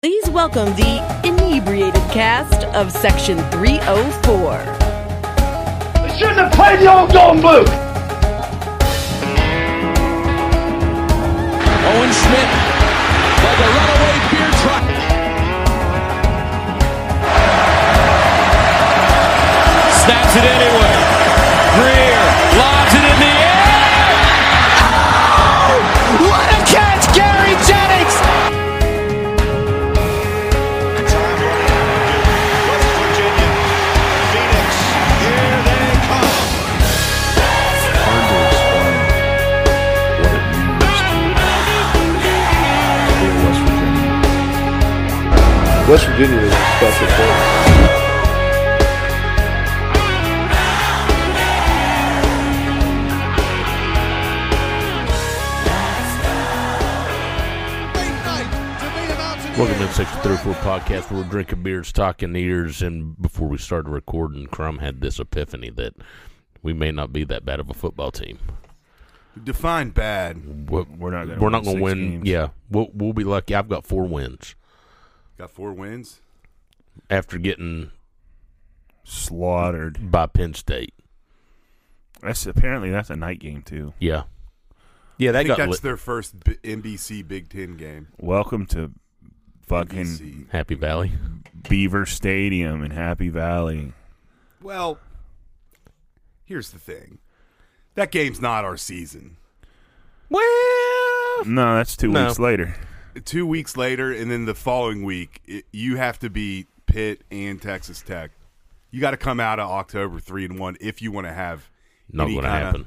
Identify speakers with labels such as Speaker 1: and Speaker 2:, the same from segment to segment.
Speaker 1: Please welcome the inebriated cast of Section 304.
Speaker 2: They shouldn't have played the old Golden Boot.
Speaker 3: Owen Schmidt, like a runaway beer truck. Snaps it anyway. Greer lobs it in the air. Oh, what a catch, Gary Jennings!
Speaker 4: time running out of Duke. West Virginia, Phoenix, here they come.
Speaker 5: hard to explain what it means to be a West Virginia. West Virginia is a special place.
Speaker 6: Welcome to Section 34 Podcast, where we're drinking beers, talking ears, and before we started recording, Crum had this epiphany that we may not be that bad of a football team.
Speaker 7: Define bad.
Speaker 6: We're,
Speaker 5: We're not gonna
Speaker 6: we're not going
Speaker 5: win
Speaker 6: to
Speaker 5: six
Speaker 6: win.
Speaker 5: games.
Speaker 6: Yeah, we'll, we'll be lucky. I've got four wins
Speaker 7: Got four wins.
Speaker 6: after getting
Speaker 5: Slaughtered.
Speaker 6: by Penn State.
Speaker 5: That's apparently that's a night game too.
Speaker 6: Yeah, yeah,
Speaker 7: I
Speaker 6: that
Speaker 7: think
Speaker 6: got
Speaker 7: that's
Speaker 6: lit.
Speaker 7: their first B- NBC Big Ten game.
Speaker 5: Welcome to fucking
Speaker 7: NBC.
Speaker 6: Happy Valley.
Speaker 5: Beaver Stadium in Happy Valley.
Speaker 7: Well, here's the thing. That game's not our season.
Speaker 6: Well,
Speaker 5: No, that's two
Speaker 6: No.
Speaker 5: weeks later.
Speaker 7: Two weeks later, and then the following week, it, you have to beat Pitt and Texas Tech. You got to come out of October three and one if you want to have.
Speaker 6: not
Speaker 7: any
Speaker 6: going to
Speaker 7: kinda-
Speaker 6: happen.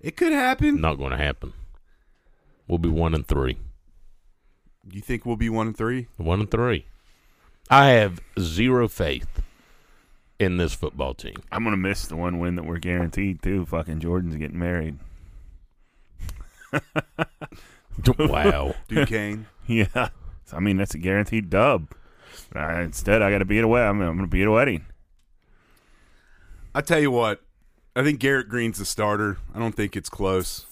Speaker 7: It could happen.
Speaker 6: Not going to happen. We'll be one and three.
Speaker 7: You think we'll be one and three?
Speaker 6: One and three. I have zero faith in this football team.
Speaker 5: I'm gonna miss the one win that we're guaranteed too. Fucking Jordan's getting married.
Speaker 6: Wow.
Speaker 7: Duquesne.
Speaker 5: Yeah. So, I mean that's a guaranteed dub. Uh, instead, I got to be at a wedding. I'm, I'm gonna be at a wedding.
Speaker 7: I tell you what, I think Garrett Green's the starter. I don't think it's close.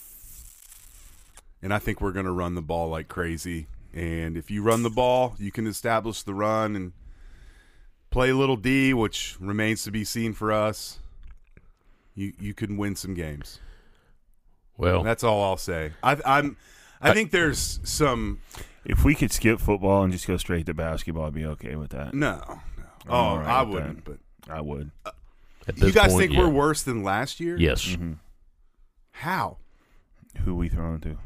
Speaker 7: And I think we're going to run the ball like crazy. And if you run the ball, you can establish the run and play a little D, which remains to be seen for us. You you can win some games.
Speaker 6: Well,
Speaker 7: That's all I'll say. I, I'm I think there's some
Speaker 5: If we could skip football and just go straight to basketball, I'd be okay with that.
Speaker 7: no. no. Oh,
Speaker 5: all right
Speaker 7: I
Speaker 5: with
Speaker 7: wouldn't.
Speaker 5: that. I would.
Speaker 6: at
Speaker 7: But you
Speaker 6: this
Speaker 7: guys
Speaker 6: point,
Speaker 7: think
Speaker 6: yeah.
Speaker 7: we're worse than last year?
Speaker 6: Yes.
Speaker 5: Mm-hmm.
Speaker 7: How?
Speaker 5: Who we throwing to?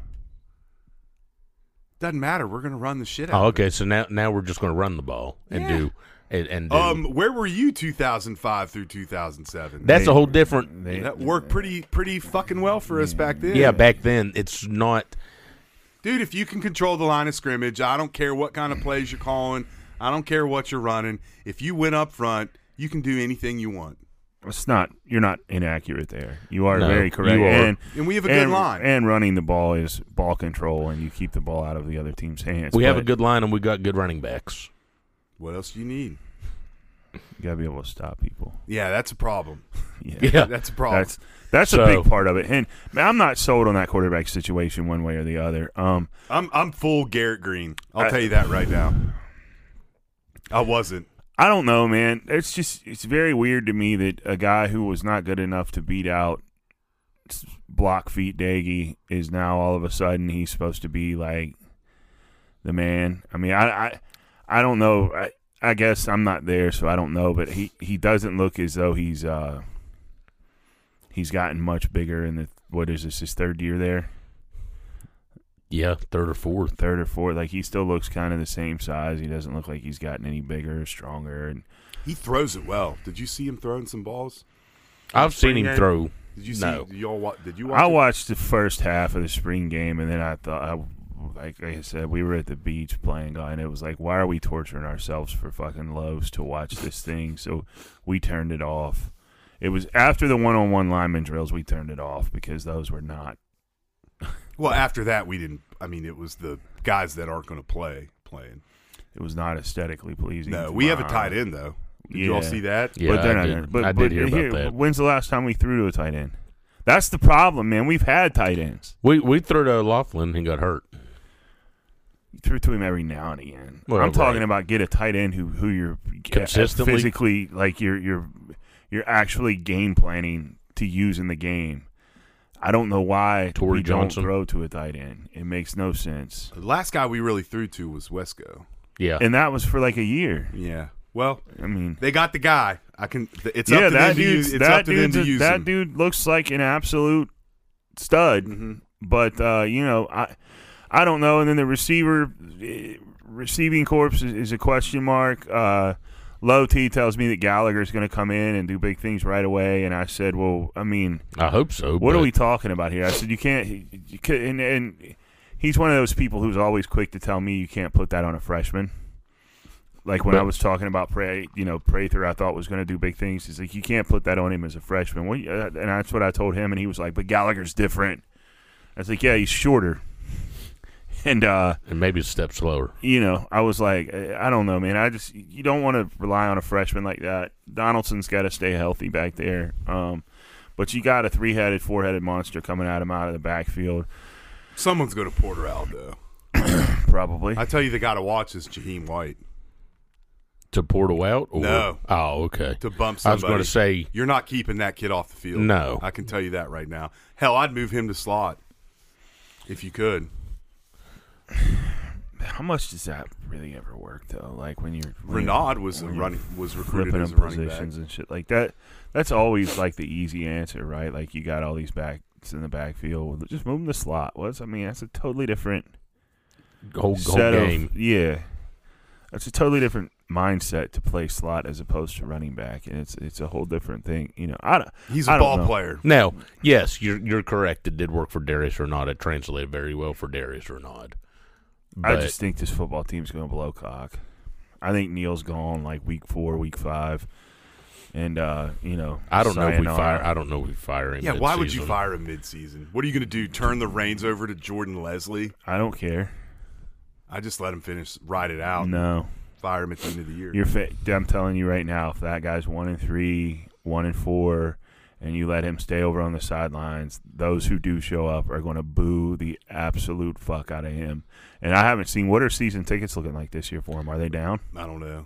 Speaker 7: Doesn't matter. We're gonna run the shit out.
Speaker 6: Oh,
Speaker 7: of
Speaker 6: okay. So now now we're just going to run the ball and
Speaker 7: Yeah.
Speaker 6: do and, and do.
Speaker 7: Um, where were you 2005 through 2007?
Speaker 6: that's
Speaker 5: they-
Speaker 6: a whole different.
Speaker 5: They,
Speaker 7: that worked pretty pretty fucking well for us back then.
Speaker 6: yeah, back then it's not.
Speaker 7: dude, if you can control the line of scrimmage, I don't care what kind of plays you're calling. I don't care what you're running. If you win up front, you can do anything you want.
Speaker 5: it's not. You're not inaccurate there. You are
Speaker 6: No,
Speaker 5: very correct.
Speaker 6: you are.
Speaker 5: And,
Speaker 7: And we have a good
Speaker 5: and-
Speaker 7: line.
Speaker 5: And running the ball is ball control, and you keep the ball out of the other team's hands.
Speaker 6: We have a
Speaker 5: but
Speaker 6: good line and we got good running backs.
Speaker 7: What else do you need?
Speaker 5: You gotta be able to stop people.
Speaker 7: Yeah, that's a problem.
Speaker 5: Yeah.
Speaker 6: Yeah.
Speaker 7: That's a problem.
Speaker 5: That's that's
Speaker 6: So-
Speaker 5: a big part of it. And man, I'm not sold on that quarterback situation one way or the other. Um,
Speaker 7: I'm I'm full Garrett Green. I'll
Speaker 5: I-
Speaker 7: tell you that right now. I wasn't.
Speaker 5: I don't know, man. It's just it's very weird to me that a guy who was not good enough to beat out s- block feet Daggy is now all of a sudden he's supposed to be like the man. I mean, I I, I don't know. I, I guess I'm not there, so I don't know. But he he doesn't look as though he's uh he's gotten much bigger in the what is this his third year there,
Speaker 6: Yeah, third or fourth.
Speaker 5: third or fourth. Like he still looks kind of the same size. He doesn't look like he's gotten any bigger, or stronger, and
Speaker 7: He throws it well. Did you see him throwing some balls?
Speaker 6: I've seen
Speaker 7: spring
Speaker 6: him
Speaker 7: game?
Speaker 6: throw.
Speaker 7: Did you see?
Speaker 6: No.
Speaker 7: Did y'all wa- did you watch?
Speaker 5: I
Speaker 7: it?
Speaker 5: watched the first half of the spring game, and then I thought, I, like I said, we were at the beach playing, and it was like, why are we torturing ourselves for fucking loaves to watch this thing? So we turned it off. It was after the one-on-one lineman drills. We turned it off because those were not.
Speaker 7: Well, after that, we didn't. I mean, it was the guys that aren't going to play playing.
Speaker 5: It was not aesthetically pleasing.
Speaker 7: No,
Speaker 5: to
Speaker 7: we
Speaker 5: my
Speaker 7: have a tight
Speaker 5: eye.
Speaker 7: end though. Did you all
Speaker 5: Yeah.
Speaker 7: see that?
Speaker 6: Yeah,
Speaker 5: but they're
Speaker 6: I
Speaker 5: not.
Speaker 6: did,
Speaker 5: gonna- But,
Speaker 6: I
Speaker 5: but
Speaker 6: did hear about
Speaker 5: here-
Speaker 6: that.
Speaker 5: When's the last time we threw to a tight end? That's the problem, man. We've had tight ends.
Speaker 6: We we threw to Laughlin and got hurt.
Speaker 5: You threw to him every now and again.
Speaker 6: Well,
Speaker 5: I'm talking
Speaker 6: right.
Speaker 5: about get a tight end who who you're
Speaker 6: Consistently?
Speaker 5: physically like you're you're you're actually game planning to use in the game. I don't know why
Speaker 6: Torrey
Speaker 5: we
Speaker 6: Johnson?
Speaker 5: don't throw to a tight end. It makes no sense.
Speaker 7: The last guy we really threw to was Wesco.
Speaker 6: Yeah.
Speaker 5: And that was for like a year.
Speaker 7: Yeah. Well,
Speaker 5: I mean,
Speaker 7: they got the guy. I can. th- It's
Speaker 5: yeah,
Speaker 7: up to
Speaker 5: that
Speaker 7: them to use.
Speaker 5: dude.
Speaker 7: It's up
Speaker 5: That
Speaker 7: to them
Speaker 5: dude.
Speaker 7: to use
Speaker 5: That
Speaker 7: him.
Speaker 5: dude looks like an absolute stud.
Speaker 7: Mm-hmm.
Speaker 5: But uh, you know, I, I don't know. And then the receiver, eh, receiving corpse is, is a question mark. Uh, Low T tells me that Gallagher is going to come in and do big things right away, and I said, "Well, I mean,
Speaker 6: I hope so.
Speaker 5: what
Speaker 6: but
Speaker 5: are we talking about here?" I said, "You can't." You can, and, and he's one of those people who's always quick to tell me you can't put that on a freshman. Like when I
Speaker 6: But-
Speaker 5: was talking about Pray, you know, Prather, I thought was going to do big things. He's like, you can't put that on him as a freshman. What, uh, and that's what I told him, and he was like, but Gallagher's different. I was like, yeah, he's shorter, and uh,
Speaker 6: and maybe a step slower.
Speaker 5: you know, I was like, eh, I I don't know, man. I just you don't want to rely on a freshman like that. Donaldson's got to stay healthy back there. Um, but you got a three-headed, four-headed monster coming at him out of the backfield,
Speaker 7: Someone's going to Porter out though.
Speaker 5: probably.
Speaker 7: I tell you, the guy to watch is Jaheim White
Speaker 6: To portal out? Or,
Speaker 7: No.
Speaker 6: Oh, okay.
Speaker 7: to bump.
Speaker 6: I
Speaker 7: Somebody.
Speaker 6: was going to say,
Speaker 7: you're not keeping that kid off the field.
Speaker 6: No.
Speaker 7: I can tell you that right now. Hell, I'd move him to slot if you could.
Speaker 5: How much does that really ever work though? Like when you're when you're
Speaker 7: Renaud was a running was recruited
Speaker 5: flipping
Speaker 7: as
Speaker 5: them
Speaker 7: a running back.
Speaker 5: positions and shit like that. That's always like the easy answer, right? Like you got all these backs in the backfield, just move them to slot. What's I mean? That's a totally different
Speaker 6: whole, whole
Speaker 5: set
Speaker 6: game.
Speaker 5: of yeah. It's a totally different mindset to play slot as opposed to running back, and it's it's a whole different thing. You know, I don't.
Speaker 7: He's
Speaker 5: I
Speaker 7: a
Speaker 5: don't
Speaker 7: ball
Speaker 5: know.
Speaker 7: player.
Speaker 6: Now, yes, you're you're correct. It did work for Darius Renaud. It translated very well for Darius Renaud.
Speaker 5: I
Speaker 6: But-
Speaker 5: just think this football team's going to blow cock. I think Neil's gone like week four, week five, and uh, you know
Speaker 6: I don't know if we
Speaker 5: sayonara.
Speaker 6: fire. I don't know if we fire him.
Speaker 7: Yeah, why would you
Speaker 6: mid-season.
Speaker 7: fire him midseason? What are you going to do? Turn the reins over to Jordan Leslie?
Speaker 5: I don't care.
Speaker 7: I just let him finish, ride it out,
Speaker 5: No,
Speaker 7: fire him at the end of the year.
Speaker 5: You're fa- I'm telling you right now, if that guy's one and three, one and four, and you let him stay over on the sidelines, those who do show up are going to boo the absolute fuck out of him. And I haven't seen what are season tickets looking like this year for him. Are they down?
Speaker 7: I don't know.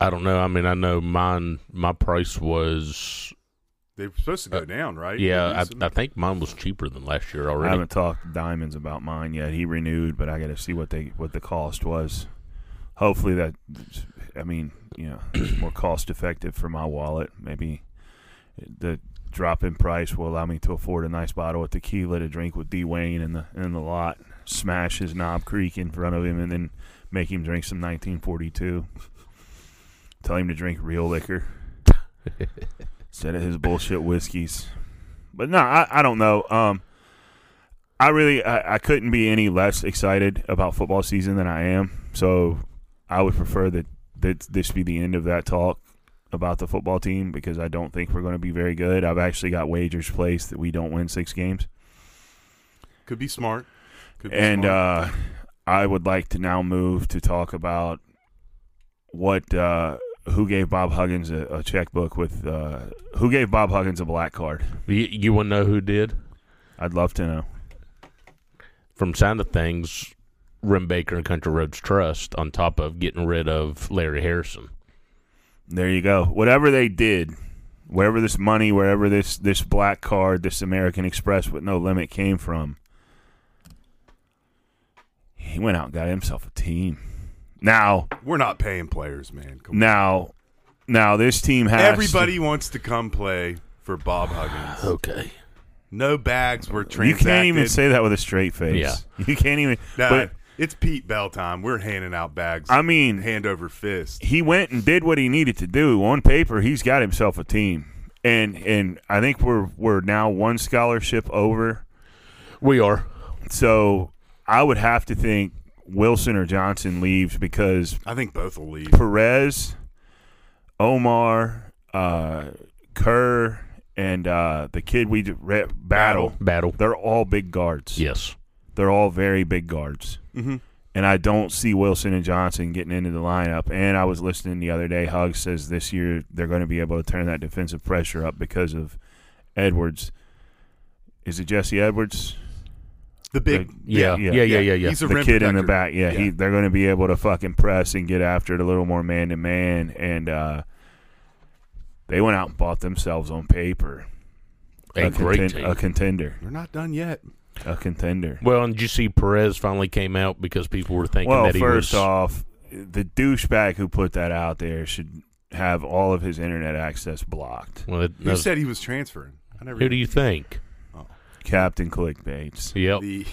Speaker 6: I don't know. I mean, I know mine. My price was
Speaker 7: They're supposed
Speaker 5: Uh,
Speaker 7: to go down, right?
Speaker 6: yeah.
Speaker 7: Decent.
Speaker 6: I, I think mine was cheaper than last year
Speaker 5: I
Speaker 6: already.
Speaker 5: haven't talked to Diamonds about mine yet. He renewed, but I got to see what they what the cost was. Hopefully that, I mean, you know, it's more cost effective for my wallet. Maybe the drop in price will allow me to afford a nice bottle of tequila to drink with D Wayne in the in the lot. Smash his knob creek in front of him, and then make him drink some 1942. Tell him to drink real liquor instead of his bullshit whiskeys. But no, I, I don't know. Um, I really I, I couldn't be any less excited about football season than I am. So I would prefer that, that this be the end of that talk about the football team because I don't think we're going to be very good. I've actually got wagers placed that we don't win six games,
Speaker 7: could be smart. Could be
Speaker 5: and
Speaker 7: smart.
Speaker 5: uh, I would like to now move to talk about what uh, who gave Bob Huggins a, a checkbook with uh, who gave Bob Huggins a black card.
Speaker 6: you you want to know who did?
Speaker 5: I'd love to know.
Speaker 6: From sound of things, Rim Baker and Country Roads Trust on top of getting rid of Larry Harrison.
Speaker 5: There you go. Whatever they did, wherever this money, wherever this this black card, this American Express with no limit came from, he went out and got himself a team. Now,
Speaker 7: we're not paying players, man. Come on.
Speaker 5: now, now, this team has to-
Speaker 7: Everybody wants to come play for Bob Huggins.
Speaker 6: Okay.
Speaker 7: No bags were
Speaker 5: you
Speaker 7: transacted.
Speaker 5: can't even say that with a straight face.
Speaker 6: Yeah.
Speaker 5: you can't even.
Speaker 7: Nah,
Speaker 5: But
Speaker 7: it's Pete Bell time. We're handing out bags.
Speaker 5: I mean,
Speaker 7: hand over fist.
Speaker 5: he went and did what he needed to do. On paper, he's got himself a team, and and I think we're we're now one scholarship over.
Speaker 6: We are.
Speaker 5: So I would have to think Wilson or Johnson leaves because
Speaker 7: I think both will leave.
Speaker 5: Perez, Omar, uh, Kerr, and uh, the kid we d- re- battle,
Speaker 6: Battle.
Speaker 5: they're all big guards.
Speaker 6: Yes.
Speaker 5: They're all very big guards. Mm-hmm. And I don't see Wilson and Johnson getting into the lineup. And I was listening the other day. Hug says this year they're going to be able to turn that defensive pressure up because of Edwards. Is it Jesse Edwards?
Speaker 7: The big,
Speaker 6: Yeah, yeah, yeah, yeah, yeah.
Speaker 7: He's a
Speaker 5: the
Speaker 7: rim
Speaker 5: kid in the
Speaker 7: protector.
Speaker 5: back. Yeah, He, they're going to be able to fucking press and get after it a little more man to man. And uh, they went out and bought themselves on paper
Speaker 6: a, great
Speaker 5: conten-
Speaker 6: team.
Speaker 5: a contender,
Speaker 7: They're not done yet.
Speaker 5: a contender.
Speaker 6: Well, and did you see Perez finally came out because people were thinking
Speaker 5: Well,
Speaker 6: that he
Speaker 5: first
Speaker 6: was.
Speaker 5: off, the douchebag who put that out there should have all of his internet access blocked.
Speaker 6: well, that-
Speaker 7: Who
Speaker 6: that-
Speaker 7: said he was transferring? I never.
Speaker 6: who do you think?
Speaker 5: Captain Clickbaits.
Speaker 6: Yep.
Speaker 7: the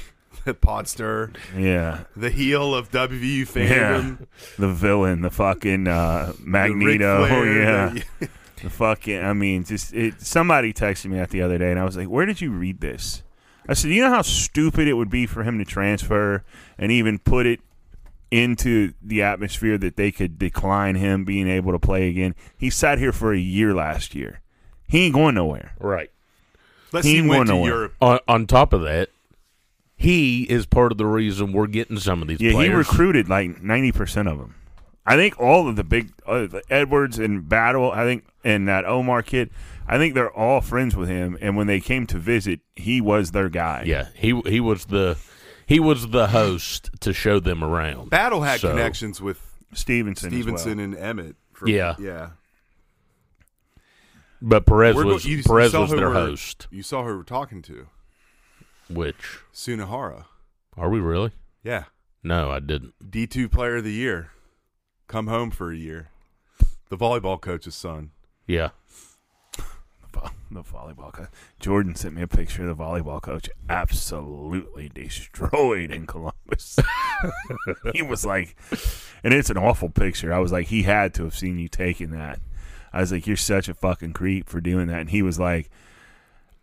Speaker 7: the podster,
Speaker 5: Yeah,
Speaker 7: the heel of WVU fandom,
Speaker 5: the villain, the fucking uh,
Speaker 7: the Ric
Speaker 5: Magneto.
Speaker 7: Flair,
Speaker 5: yeah.
Speaker 7: the-
Speaker 5: The fucking, I mean, just it. Somebody texted me that the other day, and I was like, "Where did you read this?" I said, "You know how stupid it would be for him to transfer and even put it into the atmosphere that they could decline him being able to play again. He sat here for a year last year. He ain't going nowhere.
Speaker 6: Right.
Speaker 7: Let's
Speaker 5: He
Speaker 7: see, went
Speaker 5: won
Speaker 7: to
Speaker 5: away.
Speaker 7: Europe.
Speaker 6: On, on top of that, he is part of the reason we're getting some of these
Speaker 5: Yeah,
Speaker 6: players.
Speaker 5: he recruited like ninety percent of them. I think all of the big uh, the Edwards and Battle. I think and that Omar kid. I think they're all friends with him. And when they came to visit, he was their guy.
Speaker 6: Yeah, he he was the he was the host to show them around.
Speaker 7: Battle had
Speaker 6: So,
Speaker 7: connections with
Speaker 5: Stevenson. as well.
Speaker 7: Stevenson and Emmett. for-
Speaker 6: Yeah.
Speaker 7: yeah.
Speaker 6: but Perez
Speaker 7: We're go-
Speaker 6: was
Speaker 7: you- you
Speaker 6: Perez
Speaker 7: saw
Speaker 6: was
Speaker 7: who
Speaker 6: their
Speaker 7: we're-
Speaker 6: host.
Speaker 7: You saw who we're talking to,
Speaker 6: Which
Speaker 7: Sunahara.
Speaker 6: are we really?
Speaker 7: Yeah,
Speaker 6: No, I didn't.
Speaker 7: D two player of the year, come home for a year. The volleyball coach's son.
Speaker 6: Yeah,
Speaker 5: vo- the volleyball coach. Jordan sent me a picture of the volleyball coach absolutely destroyed in Columbus. he was like, and it's an awful picture. I was like, he had to have seen you taking that. I was like, you're such a fucking creep for doing that. And he was like,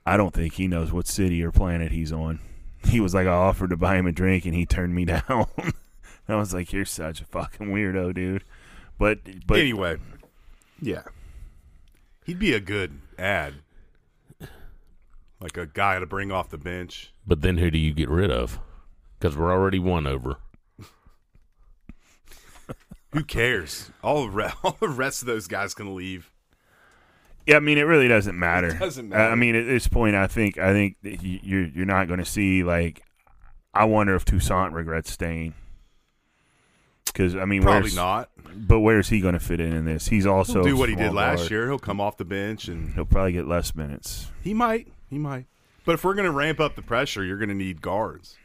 Speaker 5: I don't think he knows what city or planet he's on. He was like, I offered to buy him a drink and he turned me down. and I was like, you're such a fucking weirdo, dude. But but
Speaker 7: anyway, yeah, he'd be a good ad, like a guy to bring off the bench.
Speaker 6: but then who do you get rid of? Because we're already one over.
Speaker 7: Who cares? All the re- all the rest of those guys can leave.
Speaker 5: Yeah, I mean, it really doesn't matter.
Speaker 7: It doesn't
Speaker 5: I- I
Speaker 7: matter.
Speaker 5: mean, at this point, I think I think that y- you're you're not going to see like. I wonder if Toussaint regrets staying. Because I mean,
Speaker 7: Probably
Speaker 5: where's,
Speaker 7: not.
Speaker 5: But where's he going to fit in in this? He's also
Speaker 7: He'll
Speaker 5: a
Speaker 7: do what he
Speaker 5: small
Speaker 7: did last
Speaker 5: guard.
Speaker 7: year. He'll come off the bench and
Speaker 5: He'll probably get less minutes.
Speaker 7: he might. He might. But if we're going to ramp up the pressure, you're going to need guards.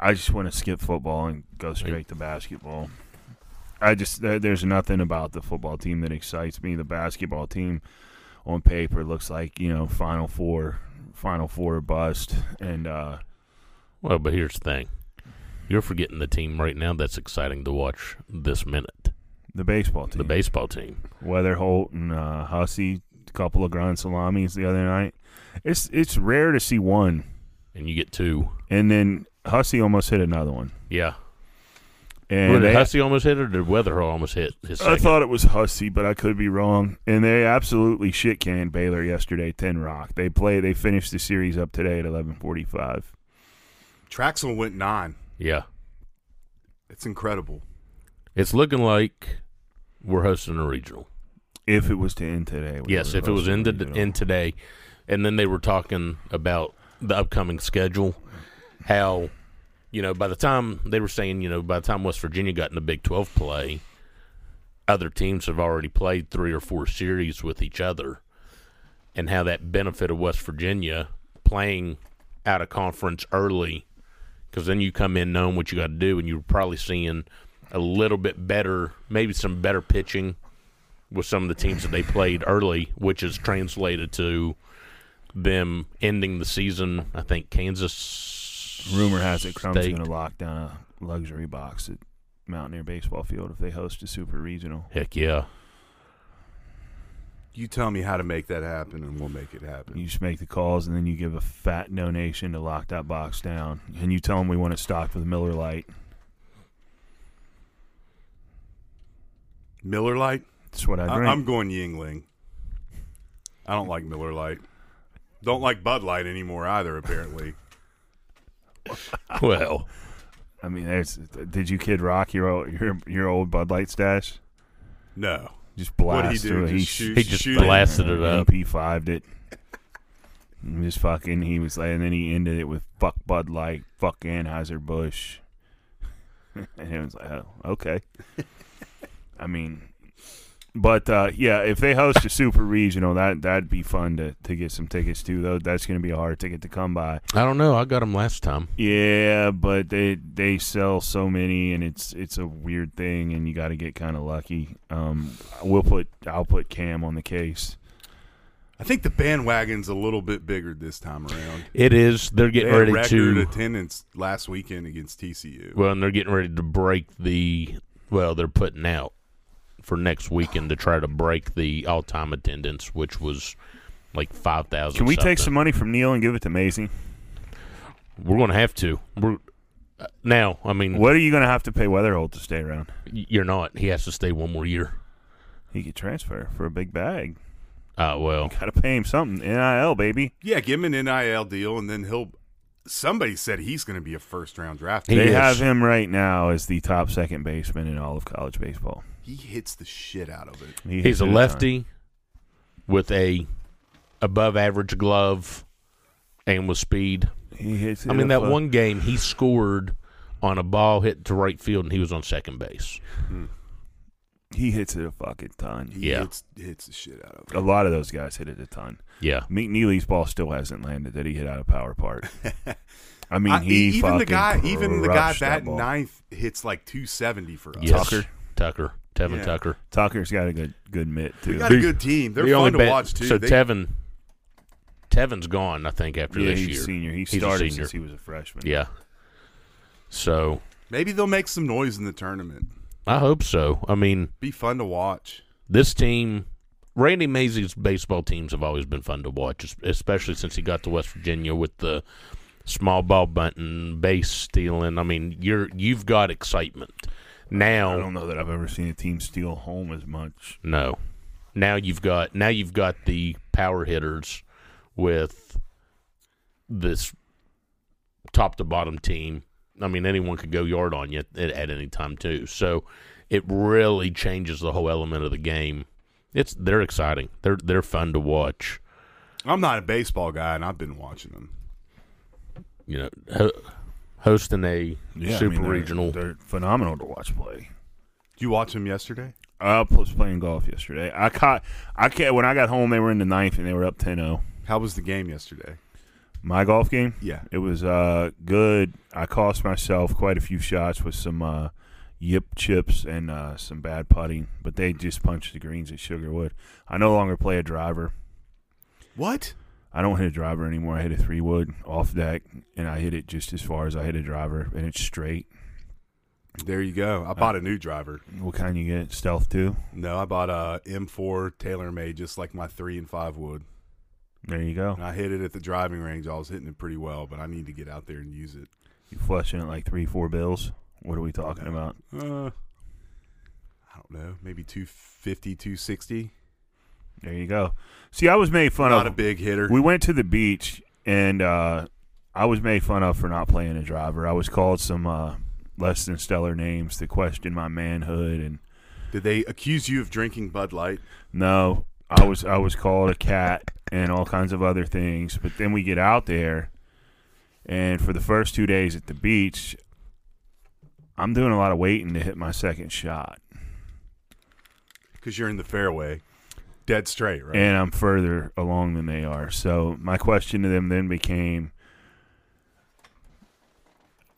Speaker 5: I just want to skip football and go straight to basketball. I just there, there's nothing about the football team that excites me. The basketball team on paper looks like you know Final Four, Final Four bust, and uh,
Speaker 6: Well, but here's the thing: you're forgetting the team right now that's exciting to watch this minute.
Speaker 5: the baseball team.
Speaker 6: The baseball team.
Speaker 5: Weatherholt and uh, Hussey, a couple of grand salamis the other night. It's it's rare to see one,
Speaker 6: and you get two.
Speaker 5: and then Hussey almost hit another one.
Speaker 6: Yeah.
Speaker 5: And
Speaker 6: did
Speaker 5: they- Uh,
Speaker 6: Hussey almost hit, or did Weatherhall almost hit his
Speaker 5: I
Speaker 6: second?
Speaker 5: thought it was Hussey, but I could be wrong. And they absolutely shit canned Baylor yesterday. Ten Rock. They play. They finished the series up today at eleven forty five.
Speaker 7: Traxel went nine.
Speaker 6: yeah.
Speaker 7: It's incredible.
Speaker 6: It's looking like we're hosting a regional.
Speaker 5: If it was to end today, we
Speaker 6: Yes,
Speaker 5: would
Speaker 6: if it was
Speaker 5: host
Speaker 6: in,
Speaker 5: a
Speaker 6: to,
Speaker 5: regional.
Speaker 6: in today, and then they were talking about the upcoming schedule, how you know by the time they were saying you know by the time West Virginia got into Big Twelve play, other teams have already played three or four series with each other, and how that benefited West Virginia playing out of conference early, because then you come in knowing what you got to do, and you're probably seeing a little bit better, maybe some better pitching with some of the teams that they played early, which is translated to them ending the season. I think Kansas.
Speaker 5: rumor has it Crumb's
Speaker 6: State.
Speaker 5: going to lock down a luxury box at Mountaineer Baseball Field if they host a super regional.
Speaker 6: Heck yeah,
Speaker 7: You tell me how to make that happen, and we'll make it happen.
Speaker 5: You just make the calls, and then you give a fat donation to lock that box down, and you tell them we want it stocked with Miller Lite.
Speaker 7: Miller Lite.
Speaker 5: That's what I
Speaker 7: I,
Speaker 5: drink.
Speaker 7: I'm going Yingling. I don't like Miller Lite. Don't like Bud Light anymore either. Apparently,
Speaker 6: well,
Speaker 5: I mean, there's. Did you kid rock your old, your your old Bud Light stash?
Speaker 7: no.
Speaker 5: Just
Speaker 7: What'd
Speaker 5: blast
Speaker 7: he do?
Speaker 5: through it.
Speaker 7: Just
Speaker 5: He
Speaker 7: shoot-
Speaker 5: sh-
Speaker 6: he just
Speaker 7: shoot
Speaker 6: blasted it up.
Speaker 5: MP5'd it. And Just fucking, he was like, and then he ended it with "fuck Bud Light, fuck Anheuser Busch," and it was like, oh, okay. I mean, but uh, yeah, if they host a super regional, that that'd be fun to to get some tickets to. Though that's gonna be a hard ticket to come by.
Speaker 6: I don't know. I got them last time.
Speaker 5: Yeah, but they they sell so many, and it's it's a weird thing, and you got to get kind of lucky. Um, we'll put I'll put Cam on the case.
Speaker 7: I think the bandwagon's a little bit bigger this time around.
Speaker 6: It is. They're
Speaker 7: They
Speaker 6: getting
Speaker 7: had
Speaker 6: ready
Speaker 7: record
Speaker 6: to.
Speaker 7: attendance last weekend against TCU.
Speaker 6: Well, and they're getting ready to break the. Well, they're putting out for next weekend to try to break the all-time attendance, which was like five thousand.
Speaker 5: Can we take some money from Neil and give it to Maisie?
Speaker 6: We're going to have to. We're uh, now. I mean,
Speaker 5: What are you going to have to pay Weatherholt to stay around?
Speaker 6: y- you're not. He has to stay one more year.
Speaker 5: He could transfer for a big bag.
Speaker 6: Uh, well,
Speaker 5: Got to pay him something. NIL, baby.
Speaker 7: yeah, give him an NIL deal, and then he'll. Somebody said he's going to be a first round draft.
Speaker 6: He
Speaker 7: pick.
Speaker 5: they
Speaker 6: is.
Speaker 5: have him right now as the top second baseman in all of college baseball.
Speaker 7: He hits the shit out of it.
Speaker 5: He hits
Speaker 6: he's a
Speaker 5: it ton.
Speaker 6: lefty with a above-average glove and with speed.
Speaker 5: He hits it
Speaker 6: I mean,
Speaker 5: a
Speaker 6: that
Speaker 5: fuck-
Speaker 6: one game he scored on a ball hit to right field, and he was on second base.
Speaker 5: He hits it a fucking ton.
Speaker 7: He
Speaker 6: Yeah.
Speaker 7: hits, hits the shit out of it.
Speaker 5: A lot of those guys hit it a ton.
Speaker 6: Yeah,
Speaker 5: Meek Neely's ball still hasn't landed that he hit out of Power Park. I mean,
Speaker 7: I- e,
Speaker 5: he
Speaker 7: even the
Speaker 5: fucking
Speaker 7: guy, even the guy
Speaker 5: crushed that
Speaker 7: batting
Speaker 5: ball.
Speaker 7: ninth hits like 270 for us.
Speaker 6: Yes.
Speaker 5: Tucker?
Speaker 6: Tucker, Tevin
Speaker 7: Yeah.
Speaker 6: Tucker.
Speaker 5: Tucker's got a good good mitt too.
Speaker 7: We got a good team. They're
Speaker 6: We
Speaker 7: fun
Speaker 6: only
Speaker 7: to
Speaker 6: bet-
Speaker 7: watch too.
Speaker 6: So
Speaker 7: They-
Speaker 6: Tevin, Tevin's gone. I think after
Speaker 5: yeah,
Speaker 6: this
Speaker 5: he's
Speaker 6: year,
Speaker 5: a senior. He
Speaker 6: He's a
Speaker 5: started
Speaker 6: senior.
Speaker 5: since he was a freshman.
Speaker 6: Yeah. So
Speaker 7: maybe they'll make some noise in the tournament.
Speaker 6: I hope so. I mean,
Speaker 7: Be fun to watch.
Speaker 6: this team, Randy Mazey's baseball teams have always been fun to watch, es- especially since he got to West Virginia with the small ball bunting, base stealing. I mean, you're you've got excitement
Speaker 5: I
Speaker 6: now.
Speaker 5: don't know that I've ever seen a team steal home as much.
Speaker 6: No. Now you've got now you've got the power hitters with this top to bottom team. I mean, anyone could go yard on you at, at any time too. So it really changes the whole element of the game. It's they're exciting. They're they're fun to watch.
Speaker 7: I'm not a baseball guy, and I've been watching them.
Speaker 6: You know, ho- hosting a
Speaker 5: Yeah, I
Speaker 6: super
Speaker 5: mean, they're-
Speaker 6: regional.
Speaker 5: They're phenomenal to watch play.
Speaker 7: Did you watch them yesterday?
Speaker 5: I was playing golf yesterday. I caught. I ca when I got home. They were in the ninth and they were up 10-0.
Speaker 7: How was the game yesterday?
Speaker 5: My golf game.
Speaker 7: Yeah.
Speaker 5: it was uh, good. I cost myself quite a few shots with some uh, yip chips and uh, some bad putting, but they just punched the greens at Sugarwood. I no longer play a driver.
Speaker 7: What?
Speaker 5: I don't hit a driver anymore. I hit a three wood off deck, and I hit it just as far as I hit a driver, and it's straight.
Speaker 7: There you go. I bought a new driver.
Speaker 5: What kind you get? Stealth two.
Speaker 7: No, I bought a M4 TaylorMade, just like my three and five would.
Speaker 5: There you go.
Speaker 7: And I hit it at the driving range. I was hitting it pretty well, but I need to get out there and use it.
Speaker 5: You flushing it like three, four bills. What are we talking about?
Speaker 7: Uh, I don't know, maybe 250, 260.
Speaker 5: There you go. See, I was made fun
Speaker 7: Not
Speaker 5: of.
Speaker 7: a big hitter.
Speaker 5: We went to the beach, and uh, I was made fun of for not playing a driver. I was called some uh, less than stellar names that questioned my manhood, and
Speaker 7: Did they accuse you of drinking Bud Light?
Speaker 5: no, I was I was called a cat and all kinds of other things. But then we get out there, and for the first two days at the beach, I'm doing a lot of waiting to hit my second shot,
Speaker 7: Because you're in the fairway, dead straight, right?
Speaker 5: and I'm further along than they are. So my question to them then became.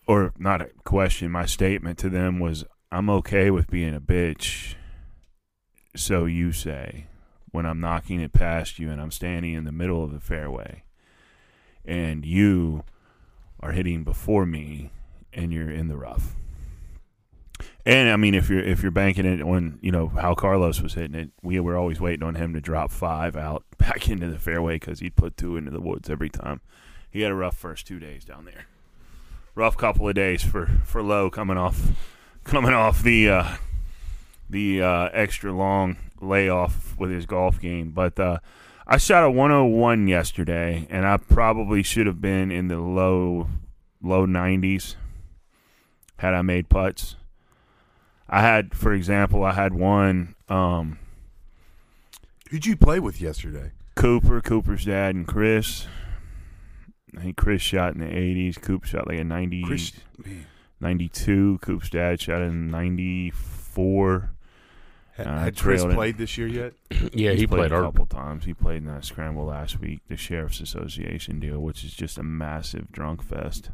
Speaker 5: or not a question, my statement to them was, I'm okay with being a bitch. So you say, when I'm knocking it past you and I'm standing in the middle of the fairway, and you are hitting before me, and you're in the rough. And I mean, if you're if you're banking it on you know how Carlos was hitting it, we were always waiting on him to drop five out back into the fairway because he'd put two into the woods every time. He had a rough first two days down there rough couple of days for for low coming off coming off the uh, the uh, extra long layoff with his golf game. But uh, I shot a 101 yesterday, and I probably should have been in the low low 90s had I made putts. I had, for example, I had one um,
Speaker 7: Who'd you play with yesterday?
Speaker 5: Cooper, Cooper's dad, and Chris. I think Chris shot in the 80s. Coop shot like a 90,
Speaker 7: Chris, man,
Speaker 5: 92. Coop's dad shot in 94.
Speaker 7: had,
Speaker 5: Uh,
Speaker 7: had Chris
Speaker 5: trailed it.
Speaker 7: played this year yet?
Speaker 6: Yeah, he
Speaker 5: He's
Speaker 6: played
Speaker 5: a
Speaker 6: our
Speaker 5: couple times. He played in that scramble last week, the Sheriff's Association deal, which is just a massive drunk fest.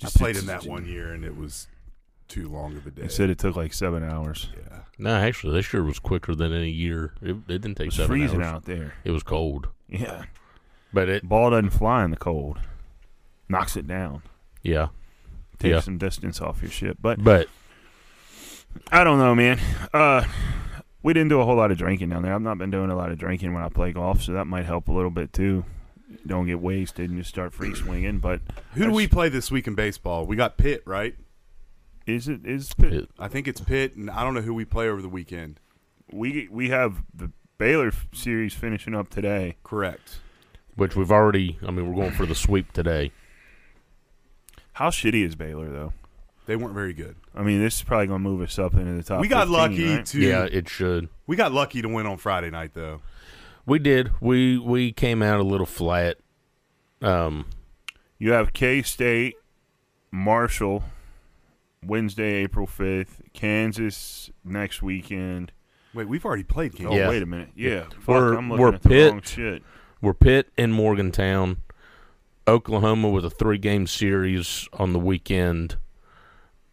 Speaker 7: I
Speaker 5: Just-
Speaker 7: played
Speaker 5: it's-
Speaker 7: him that one year, and it was too long of a day.
Speaker 5: They said it took like seven hours.
Speaker 7: yeah.
Speaker 6: No, actually, this year was quicker than any year. It, it didn't take
Speaker 5: It's
Speaker 6: seven
Speaker 5: freezing
Speaker 6: hours.
Speaker 5: out there.
Speaker 6: It was cold,
Speaker 5: Yeah.
Speaker 6: but it
Speaker 5: Ball doesn't fly in the cold. Knocks it down.
Speaker 6: yeah,
Speaker 5: Takes
Speaker 6: Yeah.
Speaker 5: some distance off your ship. But
Speaker 6: but
Speaker 5: I don't know, man. Uh, we didn't do a whole lot of drinking down there. I've not been doing a lot of drinking when I play golf, so that might help a little bit too. Don't get wasted and just start free swinging. But
Speaker 7: Who do we play this week in baseball? We got Pitt, right?
Speaker 5: is it is
Speaker 6: Pitt.
Speaker 7: I think it's Pitt, and I don't know who we play over the weekend.
Speaker 5: we we have the Baylor f- series finishing up today.
Speaker 7: Correct.
Speaker 6: which we've already. I mean, we're going for the sweep today.
Speaker 5: How shitty is Baylor though?
Speaker 7: They weren't very good.
Speaker 5: I mean, this is probably gonna move us up into the top.
Speaker 7: we got
Speaker 5: 15,
Speaker 7: lucky
Speaker 5: right?
Speaker 7: to
Speaker 6: Yeah, it should.
Speaker 7: we got lucky to win on Friday night though.
Speaker 6: We did. We we came out a little flat. Um,
Speaker 5: You have K State, Marshall, Wednesday, April fifth, Kansas next weekend.
Speaker 7: Wait, we've already played
Speaker 5: Oh,
Speaker 7: Kansas.
Speaker 6: Yeah.
Speaker 5: wait a minute. Yeah, fuck,
Speaker 6: We're-
Speaker 5: I'm looking
Speaker 6: we're
Speaker 5: at the wrong
Speaker 6: Pitt.
Speaker 5: shit.
Speaker 6: we're Pitt and Morgantown. Oklahoma with a three game series on the weekend,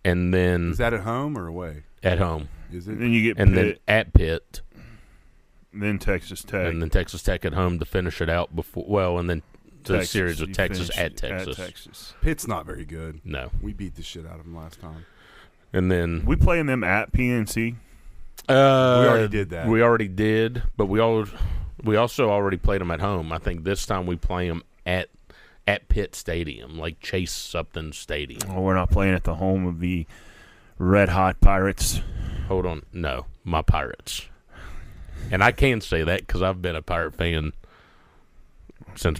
Speaker 6: and then
Speaker 7: Is that at home or away?
Speaker 6: at home,
Speaker 7: Is
Speaker 5: And
Speaker 7: it?
Speaker 5: then you get
Speaker 6: and
Speaker 5: Pitt,
Speaker 6: then at Pitt,
Speaker 5: then, Texas Tech.
Speaker 6: and then Texas Tech at home to finish it out before. Well, and then the
Speaker 5: Texas,
Speaker 6: series with
Speaker 5: you
Speaker 6: Texas
Speaker 5: finish
Speaker 6: at Texas.
Speaker 5: At Texas.
Speaker 7: Pitt's not very good.
Speaker 6: No,
Speaker 7: We beat the shit out of them last time.
Speaker 6: and then
Speaker 5: We playing them at PNC.
Speaker 6: Uh,
Speaker 7: already did that.
Speaker 6: We already did, but we all we also already played them at home. I think this time we play them at at Pitt Stadium, like Chase something Stadium.
Speaker 5: Well, we're not playing at the home of the Red Hot Pirates.
Speaker 6: Hold on, no, my Pirates. And I can say that because I've been a Pirate fan since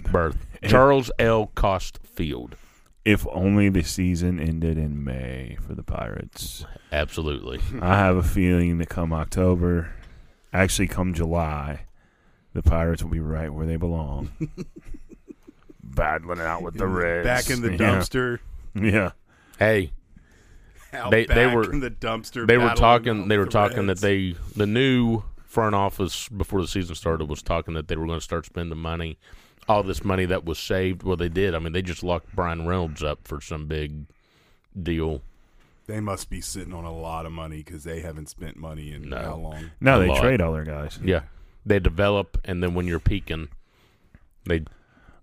Speaker 6: birth. Charles L. Cost Field,
Speaker 5: If only the season ended in May for the Pirates.
Speaker 6: absolutely.
Speaker 5: I have a feeling that come October, actually come July, the Pirates will be right where they belong. Battling it out with the Reds.
Speaker 7: Back in the
Speaker 5: Yeah.
Speaker 7: dumpster.
Speaker 5: Yeah.
Speaker 6: hey,
Speaker 7: Out
Speaker 6: They-
Speaker 7: back
Speaker 6: they were-
Speaker 7: in the dumpster.
Speaker 6: they were
Speaker 7: battling
Speaker 6: talking.
Speaker 7: out
Speaker 6: They were
Speaker 7: the
Speaker 6: talking
Speaker 7: Reds.
Speaker 6: that they the new front office before the season started was talking that they were going to start spending money, all this money that was saved. Well, they did. I mean, they just locked Brian Reynolds up for some big deal.
Speaker 7: they must be sitting on a lot of money because they haven't spent money in
Speaker 6: No.
Speaker 7: how long?
Speaker 5: Now
Speaker 6: A
Speaker 5: they
Speaker 6: lot.
Speaker 5: trade all their guys.
Speaker 6: Yeah, they develop, and then when you're peaking, they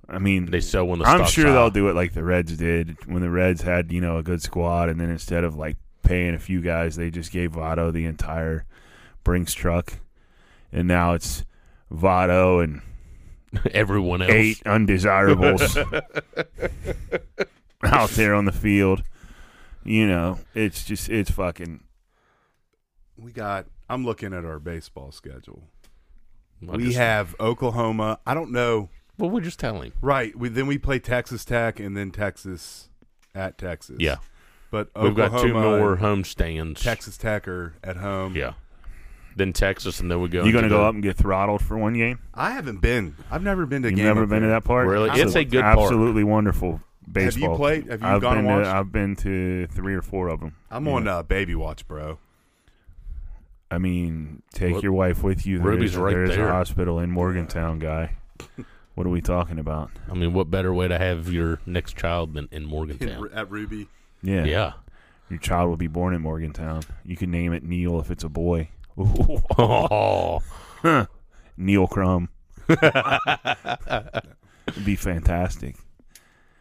Speaker 5: I mean,
Speaker 6: they sell when the
Speaker 5: I'm
Speaker 6: stock's
Speaker 5: sure
Speaker 6: high.
Speaker 5: they'll do it like the Reds did when the Reds had you know a good squad, and then instead of like paying a few guys, they just gave Votto the entire Brinks truck, and now it's Votto and
Speaker 6: everyone else.
Speaker 5: eight undesirables out there on the field. You know, it's just it's fucking.
Speaker 7: We got. I'm looking at our baseball schedule.
Speaker 6: I
Speaker 7: we
Speaker 6: just-
Speaker 7: have Oklahoma. I don't know.
Speaker 6: Well, we're just telling.
Speaker 7: Right. We, then we play Texas Tech and then Texas at Texas.
Speaker 6: Yeah,
Speaker 7: But
Speaker 6: we've
Speaker 7: Oklahoma
Speaker 6: got two more
Speaker 7: and
Speaker 6: homestands.
Speaker 7: Texas Tech are at home.
Speaker 6: Yeah. Then Texas, and then we go.
Speaker 5: You gonna
Speaker 6: into
Speaker 5: go
Speaker 6: the-
Speaker 5: up and get throttled for one game?
Speaker 7: I haven't been. I've never been to a
Speaker 5: You've
Speaker 7: game.
Speaker 5: never
Speaker 7: up
Speaker 5: been to
Speaker 7: there.
Speaker 5: that park?
Speaker 6: Really? It's a good park.
Speaker 5: absolutely wonderful
Speaker 7: you
Speaker 5: baseball.
Speaker 7: played? Have you
Speaker 5: I've
Speaker 7: gone and
Speaker 5: been to-
Speaker 7: watched?
Speaker 5: I've been to three or four of them.
Speaker 7: I'm on uh, baby watch, bro.
Speaker 5: I mean, take
Speaker 6: What-
Speaker 5: your wife with you. There
Speaker 6: Ruby's
Speaker 5: is-
Speaker 6: right
Speaker 5: there is
Speaker 6: there.
Speaker 5: a hospital in Morgantown, guy. What are we talking about?
Speaker 6: I mean, what better way to have your next child than in
Speaker 7: In,
Speaker 6: Morgantown?
Speaker 7: At Ruby.
Speaker 5: Yeah.
Speaker 6: Yeah.
Speaker 5: Your child will be born in Morgantown. You can name it Neil if it's a boy. Ooh,
Speaker 6: Oh,
Speaker 5: Neil Crumb. It'd be fantastic.
Speaker 6: Uh,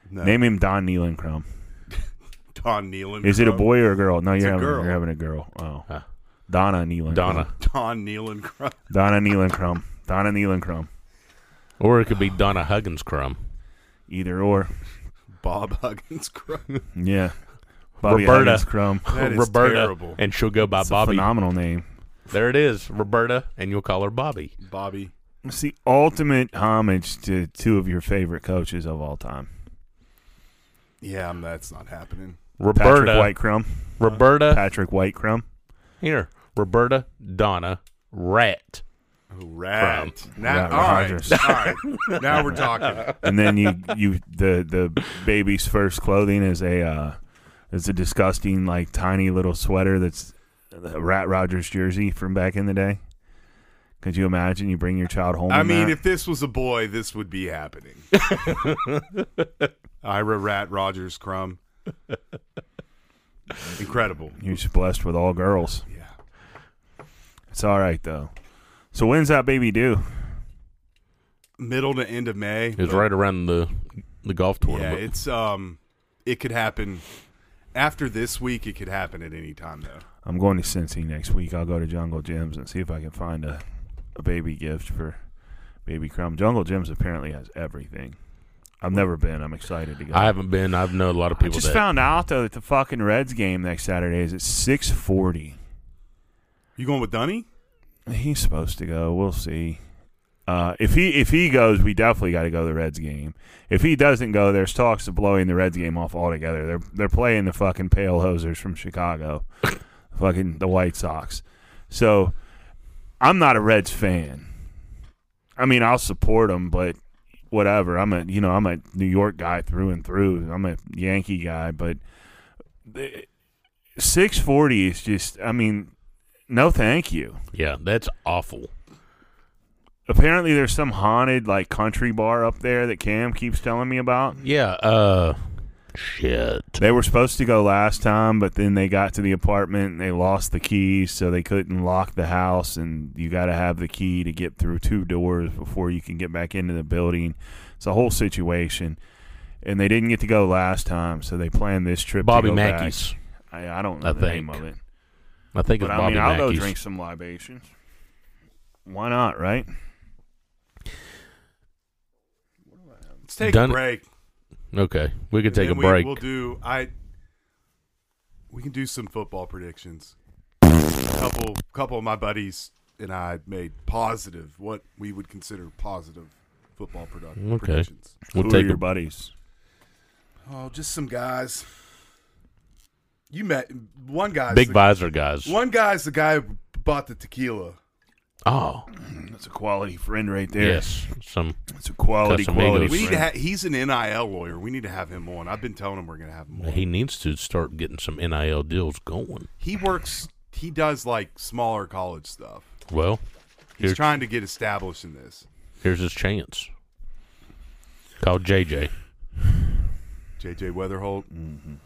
Speaker 7: No.
Speaker 5: Name him Don Nealon Crumb.
Speaker 7: Don Nealon.
Speaker 5: Is it a
Speaker 7: Crumb.
Speaker 5: boy or a girl? No, you're
Speaker 7: a
Speaker 5: having,
Speaker 7: girl.
Speaker 5: you're having a girl. Oh.
Speaker 6: Ah.
Speaker 5: Donna Nealon.
Speaker 6: Donna.
Speaker 5: Crumb.
Speaker 7: Don Nealon. Crumb.
Speaker 5: Donna Nealon Crumb. Donna Nealon Crumb.
Speaker 6: Or it could be Donna Huggins Crumb.
Speaker 5: Either or.
Speaker 7: Bob Huggins. Crumb.
Speaker 5: Yeah. Bobby
Speaker 6: Roberta.
Speaker 5: Huggins Crumb.
Speaker 7: That is
Speaker 6: Roberta.
Speaker 7: terrible.
Speaker 6: And she'll go by
Speaker 5: It's a
Speaker 6: Bobby.
Speaker 5: phenomenal name.
Speaker 6: there it is, Roberta, and you'll call her Bobby.
Speaker 7: Bobby.
Speaker 5: It's the ultimate homage to two of your favorite coaches of all time,
Speaker 7: Yeah, I'm, that's not happening.
Speaker 5: Patrick
Speaker 6: Roberta.
Speaker 5: Whitecrum.
Speaker 6: Roberta.
Speaker 5: Patrick Whitecrum.
Speaker 6: Here. Roberta, Donna, Rat,
Speaker 7: All right.
Speaker 6: From
Speaker 7: Now,
Speaker 5: Rat
Speaker 7: all right.
Speaker 5: Rogers.
Speaker 7: All right. Now we're talking.
Speaker 5: and then you you the the baby's first clothing is a uh, is a disgusting like tiny little sweater that's a Rat Rogers jersey from back in the day. Could you imagine you bring your child home?
Speaker 7: I
Speaker 5: in
Speaker 7: mean,
Speaker 5: that?
Speaker 7: if this was a boy, this would be happening. Ira Rat Rogers Crumb. Incredible.
Speaker 5: you're just blessed with all girls,
Speaker 7: Yeah.
Speaker 5: it's all right though. So when's that baby due?
Speaker 7: Middle to end of May.
Speaker 6: It was right around the the golf
Speaker 7: Yeah,
Speaker 6: tournament.
Speaker 7: it's um it could happen after this week, it could happen at any time though.
Speaker 5: I'm going to Cincy next week. I'll go to Jungle Gyms and see if I can find a, a baby gift for baby crumb. Jungle Gyms apparently has everything. I've never been. I'm excited to go.
Speaker 6: I haven't been. I've known a lot of
Speaker 5: I
Speaker 6: people
Speaker 5: just
Speaker 6: that
Speaker 5: found out though that the fucking Reds game next Saturday is at six forty.
Speaker 7: You going with Dunny?
Speaker 5: He's supposed to go. We'll see. Uh, if he if he goes, we definitely got to go to the Reds game. If he doesn't go, there's talks of blowing the Reds game off altogether. They're they're playing the fucking pale hosers from Chicago, fucking the White Sox. So I'm not a Reds fan. I mean, I'll support them, but whatever. I'm a you know I'm a New York guy through and through. I'm a Yankee guy, but six forty is just. I mean, no, thank you
Speaker 6: Yeah, that's awful.
Speaker 5: apparently there's some haunted like country bar up there that Cam keeps telling me about.
Speaker 6: Yeah, uh shit.
Speaker 5: They were supposed to go last time, but then they got to the apartment and they lost the keys, so they couldn't lock the house. And you got to have the key to get through two doors before you can get back into the building. It's a whole situation. And they didn't get to go last time, so they planned this trip. to
Speaker 6: Bobby
Speaker 5: go back.
Speaker 6: Mackey's.
Speaker 5: I, I don't know
Speaker 6: I
Speaker 5: the name
Speaker 6: think.
Speaker 5: of it,
Speaker 6: I think
Speaker 5: but
Speaker 6: it's
Speaker 5: I
Speaker 6: Bobby
Speaker 5: mean, I'll go
Speaker 6: Mackey's.
Speaker 5: drink some libations. Why not? Right?
Speaker 7: Let's take a
Speaker 6: Dunny-
Speaker 7: break.
Speaker 6: Okay, we could take
Speaker 7: Then
Speaker 6: a
Speaker 7: we,
Speaker 6: break.
Speaker 7: We'll do I we can do some football predictions. couple couple of my buddies and I made positive what we would consider positive football product
Speaker 6: Okay.
Speaker 7: predictions.
Speaker 6: We'll
Speaker 5: Who are
Speaker 6: take
Speaker 5: your
Speaker 6: a
Speaker 5: buddies?
Speaker 7: Oh, just some guys. You met one guy.
Speaker 6: big visor, guys.
Speaker 7: One guy's the guy who bought the tequila.
Speaker 6: Oh,
Speaker 5: That's a quality friend right there.
Speaker 6: yes, some
Speaker 5: It's a quality,
Speaker 6: Casamigos.
Speaker 5: quality.
Speaker 7: We need to.
Speaker 5: friend.
Speaker 7: Ha- he's an NIL lawyer. We need to have him on. I've been telling him we're gonna have him on.
Speaker 6: he needs to start getting some nil deals going.
Speaker 7: He works. He does like smaller college stuff.
Speaker 6: Well,
Speaker 7: He's
Speaker 6: Here-
Speaker 7: trying to get established in this.
Speaker 6: here's his chance. Call JJ.
Speaker 7: JJ Weatherholt. Mm.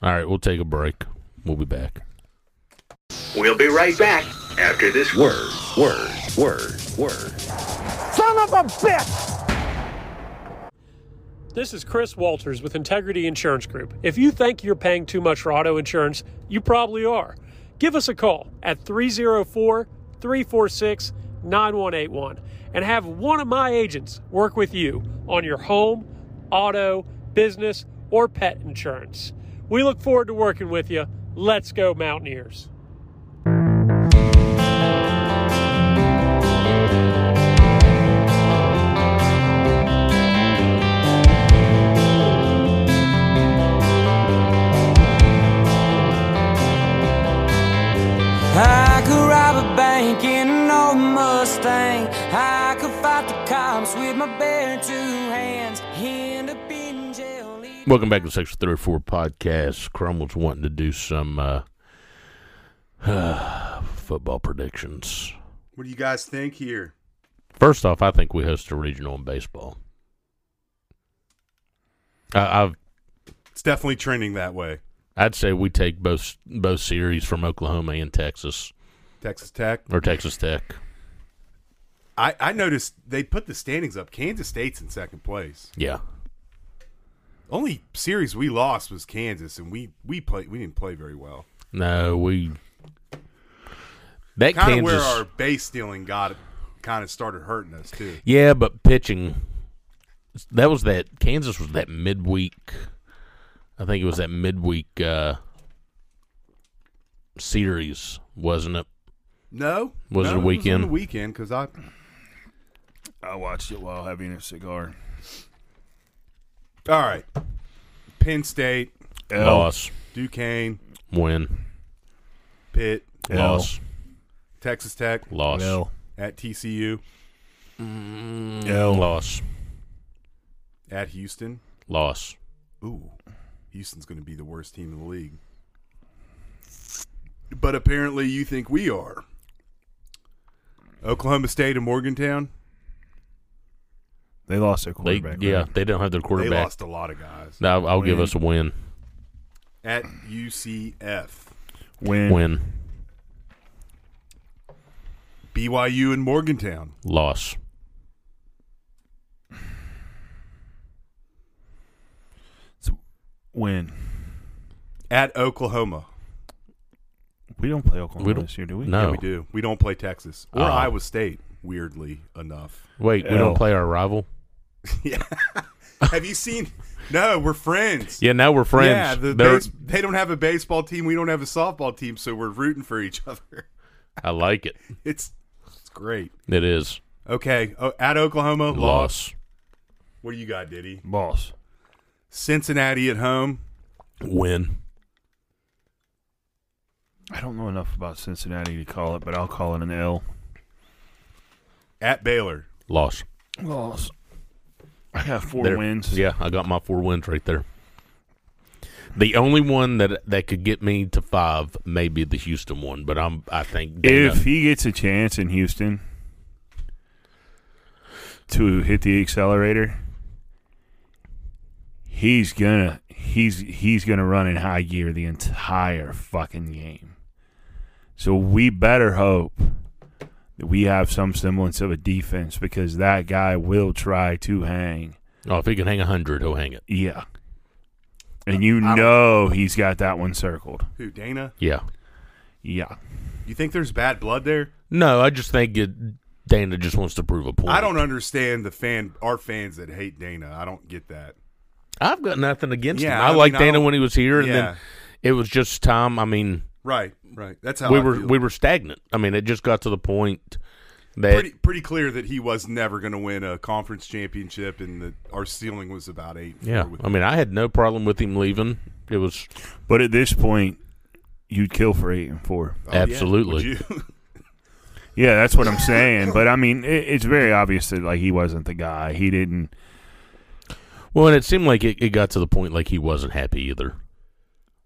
Speaker 6: All right, we'll take a break. We'll be back.
Speaker 8: We'll be right back after this word, word, word, word.
Speaker 9: This is Chris Walters with Integrity Insurance Group. If you think you're paying too much for auto insurance, you probably are. Give us a call at 304 346 9181 and have one of my agents work with you on your home, auto, business, or pet insurance. We look forward to working with you. Let's go, Mountaineers.
Speaker 10: I could rob a bank in an old Mustang. I could fight the cops with my bare two hands. End up in jail. leave-
Speaker 6: Welcome back to Section 34 Podcast. Crum was wanting to do some uh, football predictions.
Speaker 7: What do you guys think here?
Speaker 6: First off, I think we host a regional in baseball. I, I've,
Speaker 7: It's definitely trending that way.
Speaker 6: I'd say we take both both series from Oklahoma and Texas
Speaker 7: Texas Tech.
Speaker 6: or Texas Tech.
Speaker 7: I, I noticed they put the standings up. Kansas State's in second place.
Speaker 6: Yeah,
Speaker 7: Only series we lost was Kansas, and we we play we didn't play very well.
Speaker 6: no, we that
Speaker 7: Kind of
Speaker 6: Kansas.
Speaker 7: where our base stealing got kind of started hurting us too.
Speaker 6: yeah, but pitching that was that Kansas was that midweek. I think it was that midweek uh, series, wasn't it?
Speaker 7: No,
Speaker 6: Was it
Speaker 7: no,
Speaker 6: a
Speaker 7: on
Speaker 6: weekend?
Speaker 7: the weekend because I
Speaker 5: I watched it while having a cigar.
Speaker 7: All right. Penn State,
Speaker 6: Loss,
Speaker 7: Duquesne,
Speaker 6: win,
Speaker 7: Pitt,
Speaker 5: L.
Speaker 6: loss,
Speaker 7: Texas Tech,
Speaker 6: loss.
Speaker 5: L.
Speaker 7: at TCU,
Speaker 6: Loss.
Speaker 7: at Houston.
Speaker 6: Loss.
Speaker 7: Ooh, Houston's going to be the worst team in the league. But apparently, you think we are. Oklahoma State and Morgantown.
Speaker 5: They lost their
Speaker 6: They,
Speaker 5: quarterback.
Speaker 6: yeah,
Speaker 5: right?
Speaker 6: they don't have their
Speaker 7: They
Speaker 6: quarterback.
Speaker 7: lost a lot of guys.
Speaker 6: I'll, I'll give
Speaker 7: Win.
Speaker 6: us a win.
Speaker 7: At UCF,
Speaker 5: Win.
Speaker 6: Win.
Speaker 7: BYU and Morgantown.
Speaker 6: Loss.
Speaker 5: Win.
Speaker 7: At Oklahoma.
Speaker 5: We don't play Oklahoma
Speaker 6: We don't-
Speaker 5: this year, do we?
Speaker 6: No.
Speaker 7: Yeah, we do. We don't play Texas or
Speaker 6: Oh.
Speaker 7: Iowa State, weirdly enough.
Speaker 6: Wait, we
Speaker 5: L.
Speaker 6: don't play our rival?
Speaker 7: yeah. Have you seen? No, we're friends.
Speaker 6: Yeah, now we're friends.
Speaker 7: Yeah, the
Speaker 6: They're-
Speaker 7: base, they don't have a baseball team. We don't have a softball team, so we're rooting for each other.
Speaker 6: I like it.
Speaker 7: It's it's great.
Speaker 6: It is.
Speaker 7: Okay, oh, at Oklahoma, loss.
Speaker 6: Loss.
Speaker 7: What do you got, Diddy?
Speaker 5: Boss.
Speaker 7: Cincinnati at home.
Speaker 6: Win.
Speaker 5: I don't know enough about Cincinnati to call it, but I'll call it an L.
Speaker 7: At Baylor.
Speaker 6: Loss.
Speaker 5: Loss. I got 4
Speaker 6: There-
Speaker 5: wins.
Speaker 6: Yeah, I got my four wins right there. The only one that that could get me to five may be the Houston one, but I'm I think Dana-
Speaker 5: If he gets a chance in Houston to hit the accelerator, he's gonna he's he's gonna run in high gear the entire fucking game. So we better hope that we have some semblance of a defense because that guy will try to hang.
Speaker 6: oh if he can hang a hundred, he'll hang it.
Speaker 5: Yeah. And you know he's got that one circled.
Speaker 7: Who, Dana?
Speaker 6: Yeah.
Speaker 5: Yeah.
Speaker 7: You think there's bad blood there?
Speaker 6: No, I just think it, Dana just wants to prove a point.
Speaker 7: I don't understand the fan our fans that hate Dana. I don't get that.
Speaker 6: I've got nothing against
Speaker 7: Yeah,
Speaker 6: him.
Speaker 7: I
Speaker 6: I,
Speaker 7: mean,
Speaker 6: liked
Speaker 7: I
Speaker 6: Dana
Speaker 7: don't-
Speaker 6: when he was here, and
Speaker 7: Yeah.
Speaker 6: then it was just time. I mean,
Speaker 7: Right, right. That's how
Speaker 6: we
Speaker 7: I
Speaker 6: were
Speaker 7: feel.
Speaker 6: we were stagnant. I mean, it just got to the point that
Speaker 7: pretty pretty clear that he was never going to win a conference championship, and that our ceiling was about eight. and
Speaker 6: yeah.
Speaker 7: four with-
Speaker 6: I mean, I had no problem with him leaving. It was
Speaker 5: But at this point, you'd kill for eight and four.
Speaker 7: Oh, yeah.
Speaker 6: absolutely.
Speaker 7: Would you-
Speaker 5: Yeah, that's what I'm saying. but I mean, it, it's very obvious that like he wasn't the guy. He didn't.
Speaker 6: Well, and it seemed like it, it got to the point like he wasn't happy either.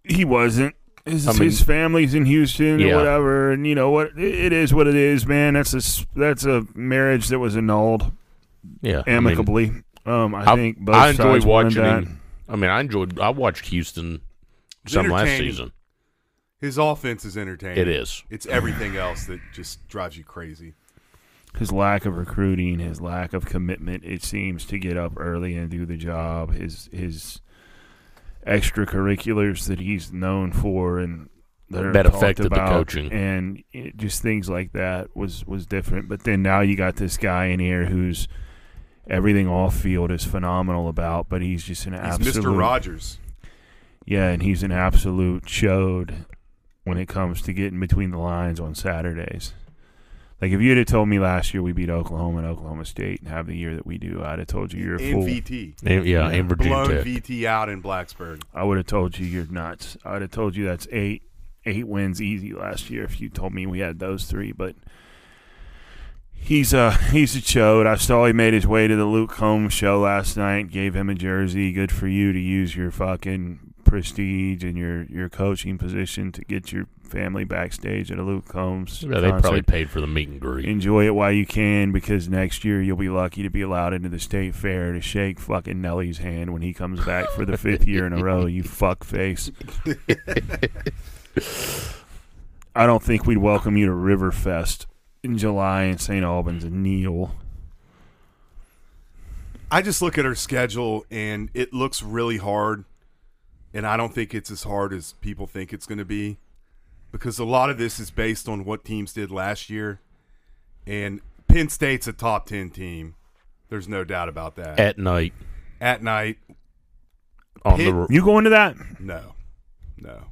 Speaker 5: He wasn't. His,
Speaker 6: I mean-
Speaker 5: his family's in Houston
Speaker 6: Yeah.
Speaker 5: or whatever, and you know what? It, it is what it is, man. That's a s- that's a marriage that was annulled
Speaker 6: Yeah, I mean,
Speaker 5: amicably. um, I,
Speaker 6: I-
Speaker 5: think both
Speaker 6: I enjoyed
Speaker 5: sides wanted
Speaker 6: watching
Speaker 5: that.
Speaker 6: him. I mean, I enjoyed. I watched Houston
Speaker 7: It's
Speaker 6: some last
Speaker 7: entertaining.
Speaker 6: season.
Speaker 7: His offense is entertaining.
Speaker 6: It is.
Speaker 7: It's everything else that just drives you crazy.
Speaker 5: His lack of recruiting, his lack of commitment, it seems to get up early and do the job. His his extracurriculars that he's known for and that, are
Speaker 6: That
Speaker 5: talked
Speaker 6: affected the
Speaker 5: about
Speaker 6: coaching.
Speaker 5: and it, just things like that was was different. But then now you got this guy in here who's everything off field is phenomenal about, but he's just an
Speaker 7: He's
Speaker 5: absolute
Speaker 7: Mr. Rogers.
Speaker 5: yeah, and he's an absolute chode when it comes to getting between the lines on Saturdays. Like if you'd have told me last year we beat Oklahoma and Oklahoma State and have the year that we do, I'd have told you you're a
Speaker 7: and
Speaker 5: fool.
Speaker 7: VT.
Speaker 6: And- yeah, and Virginia
Speaker 7: Blown
Speaker 6: Tech.
Speaker 7: VT out in Blacksburg.
Speaker 5: I would have told you you're nuts. I would have told you that's eight eight wins easy last year if you told me we had those three, but he's a he's a chode. I saw he made his way to the Luke Combs show last night, gave him a jersey. Good for you to use your fucking prestige and your, your coaching position to get your family backstage at a Luke Combs.
Speaker 6: Yeah, they probably
Speaker 5: concert.
Speaker 6: paid for the meet and greet.
Speaker 5: Enjoy it while you can because next year you'll be lucky to be allowed into the state fair to shake fucking Nelly's hand when he comes back for the fifth year in a row, you fuck face. I don't think we'd welcome you to Riverfest in July in St. Albans and Neil.
Speaker 7: I just look at her schedule and it looks really hard. And I don't think it's as hard as people think it's going to be because a lot of this is based on what teams did last year. And Penn State's a top 10 team. There's no doubt about that.
Speaker 6: at night
Speaker 7: At night,
Speaker 6: on
Speaker 7: Pitt-
Speaker 6: the r-
Speaker 5: You going to that?
Speaker 7: no. No.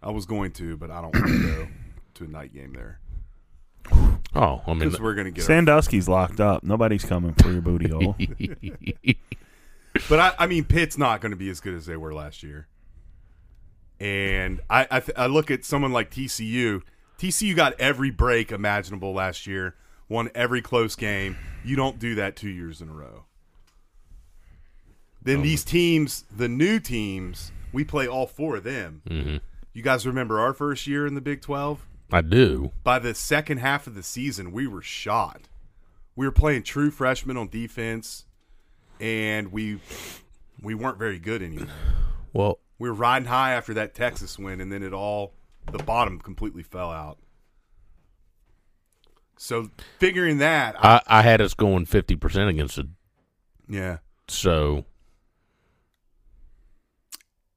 Speaker 7: I was going to, but I don't want to go to a night game there
Speaker 6: oh, I mean,
Speaker 7: because we're going to get our
Speaker 5: Sandusky's locked up. Nobody's coming for your booty hole.
Speaker 7: But I, I mean, Pitt's not going to be as good as they were last year. And I, I, th- I look at someone like TCU. TCU got every break imaginable last year won every close game. You don't do that two years in a row. Then these teams, the new teams, we play all four of them. Mm-hmm. You guys remember our first year in the Big 12?
Speaker 6: I do.
Speaker 7: by the second half of the season, we were shot. We were playing true freshmen on defense, and we we weren't very good anymore.
Speaker 6: Well,
Speaker 7: We were riding high after that Texas win, and then it all the bottom completely fell out. So figuring that, I,
Speaker 6: I, I had us going fifty percent against it,
Speaker 7: yeah,
Speaker 6: so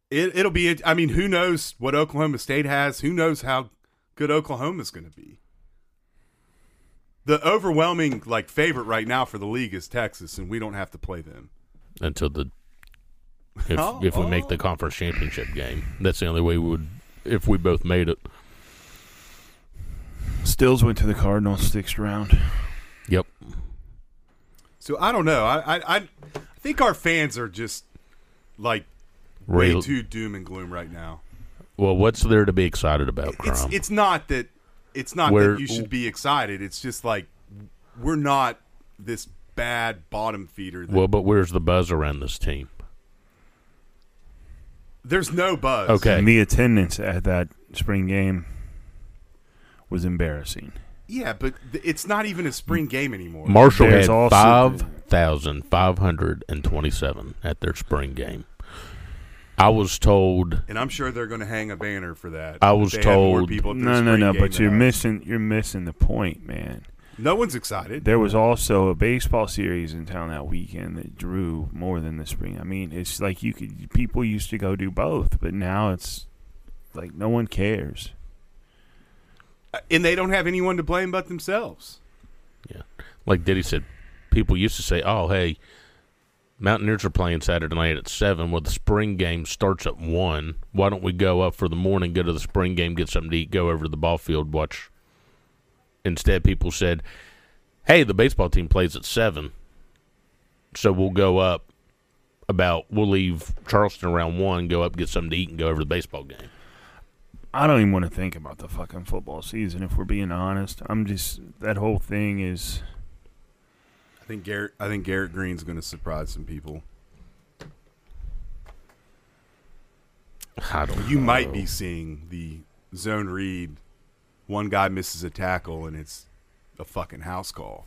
Speaker 7: it, it'll be. I mean, who knows what Oklahoma State has? Who knows how good Oklahoma's going to be? The overwhelming like favorite right now for the league is Texas, and we don't have to play them.
Speaker 6: until the if
Speaker 7: Oh,
Speaker 6: if we make the
Speaker 7: oh.
Speaker 6: conference championship game, that's the only way we would if we both made it.
Speaker 5: Stills went to the Cardinals sixth round.
Speaker 6: Yep.
Speaker 7: So I don't know. I I, I think our fans are just like way
Speaker 6: Real-
Speaker 7: too doom and gloom right now.
Speaker 6: well, what's there to be excited about,
Speaker 7: It's
Speaker 6: Crom?
Speaker 7: it's not that it's not
Speaker 6: We're-
Speaker 7: that you should be excited. It's just like we're not this bad bottom feeder. That,
Speaker 6: Well, but where's the buzz around this team?
Speaker 7: there's no buzz.
Speaker 5: And
Speaker 6: Okay.
Speaker 5: the attendance at that spring game was embarrassing.
Speaker 7: Yeah, but th- it's not even a spring game anymore.
Speaker 6: Marshall
Speaker 5: There's
Speaker 6: had
Speaker 5: also-
Speaker 6: 5,527 at their spring game. I was told
Speaker 7: and I'm sure they're going to hang a banner for that.
Speaker 6: I
Speaker 7: that
Speaker 6: was
Speaker 7: they had more
Speaker 6: told-
Speaker 7: people at their
Speaker 5: No, no,
Speaker 7: spring
Speaker 5: no.
Speaker 7: game
Speaker 5: But
Speaker 7: than
Speaker 5: you're
Speaker 7: us.
Speaker 5: missing you're missing the point, man.
Speaker 7: No one's excited.
Speaker 5: There was also a baseball series in town that weekend that drew more than the spring. I mean, it's like you could people used to go do both, but now it's like no one cares.
Speaker 7: and they don't have anyone to blame but themselves.
Speaker 6: Yeah. Like Diddy said, people used to say, oh, hey, Mountaineers are playing Saturday night at 7. Well, the spring game starts at 1. Why don't we go up for the morning, go to the spring game, get something to eat, go over to the ball field, watch? Instead, people said, hey, the baseball team plays at 7. So we'll go up about, we'll leave Charleston around 1, go up, get something to eat, and go over to the baseball game.
Speaker 5: I don't even want to think about the fucking football season if we're being honest. I'm just that whole thing is
Speaker 7: I think Garrett. I think Garrett Green's going to surprise some people.
Speaker 6: I don't
Speaker 7: You
Speaker 6: know.
Speaker 7: might be seeing the zone read. One guy misses a tackle and it's a fucking house call.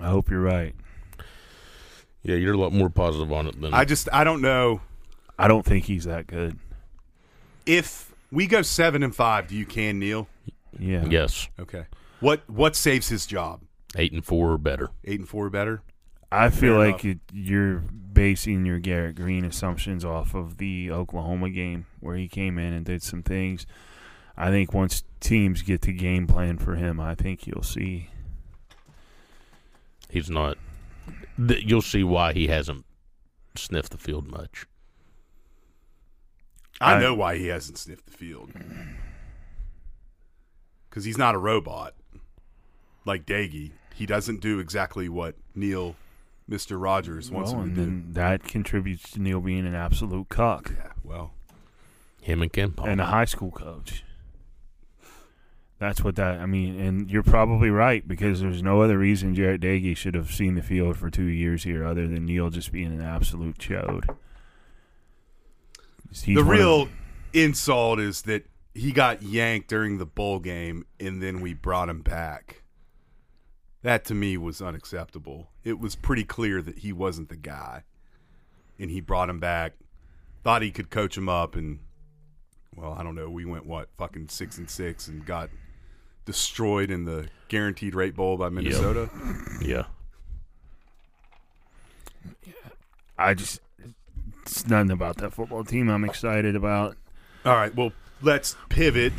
Speaker 5: I hope you're right.
Speaker 6: Yeah, you're a lot more positive on it than
Speaker 7: I just I don't know
Speaker 5: I don't think he's that good.
Speaker 7: if we go seven and five. Do you can Neil?
Speaker 5: Yeah.
Speaker 6: Yes.
Speaker 7: Okay. What what saves his job?
Speaker 6: 8 and 4 or better.
Speaker 7: Eight and four better.
Speaker 5: I feel
Speaker 7: Fair enough.
Speaker 5: like you, you're basing your Garrett Green assumptions off of the Oklahoma game where he came in and did some things. I think once teams get the game plan for him, I think you'll see.
Speaker 6: He's not. Th- you'll see why he hasn't sniffed the field much.
Speaker 7: I,
Speaker 5: I-
Speaker 7: know why he hasn't sniffed the field. Because he's not a robot like Daggy. He doesn't do exactly what Neil, Mister Rogers wants
Speaker 5: Well,
Speaker 7: him
Speaker 5: and
Speaker 7: to do.
Speaker 5: then that contributes to Neil being an absolute cuck
Speaker 7: Yeah. Well.
Speaker 6: Him and Ken Palm.
Speaker 5: and a high school coach. That's what that. I mean, and you're probably right because there's no other reason Jarrett Dagey should have seen the field for two years here other than Neil just being an absolute chode. He's
Speaker 7: the
Speaker 5: one of-
Speaker 7: real insult is that he got yanked during the bowl game and then we brought him back. That to me was unacceptable. It was pretty clear that he wasn't the guy. And he brought him back, thought he could coach him up and well, I don't know, we went what, fucking 6 and 6 and got destroyed in the guaranteed rate bowl by Minnesota.
Speaker 6: yeah.
Speaker 5: I just it's nothing about that football team I'm excited about.
Speaker 7: All right, well, let's pivot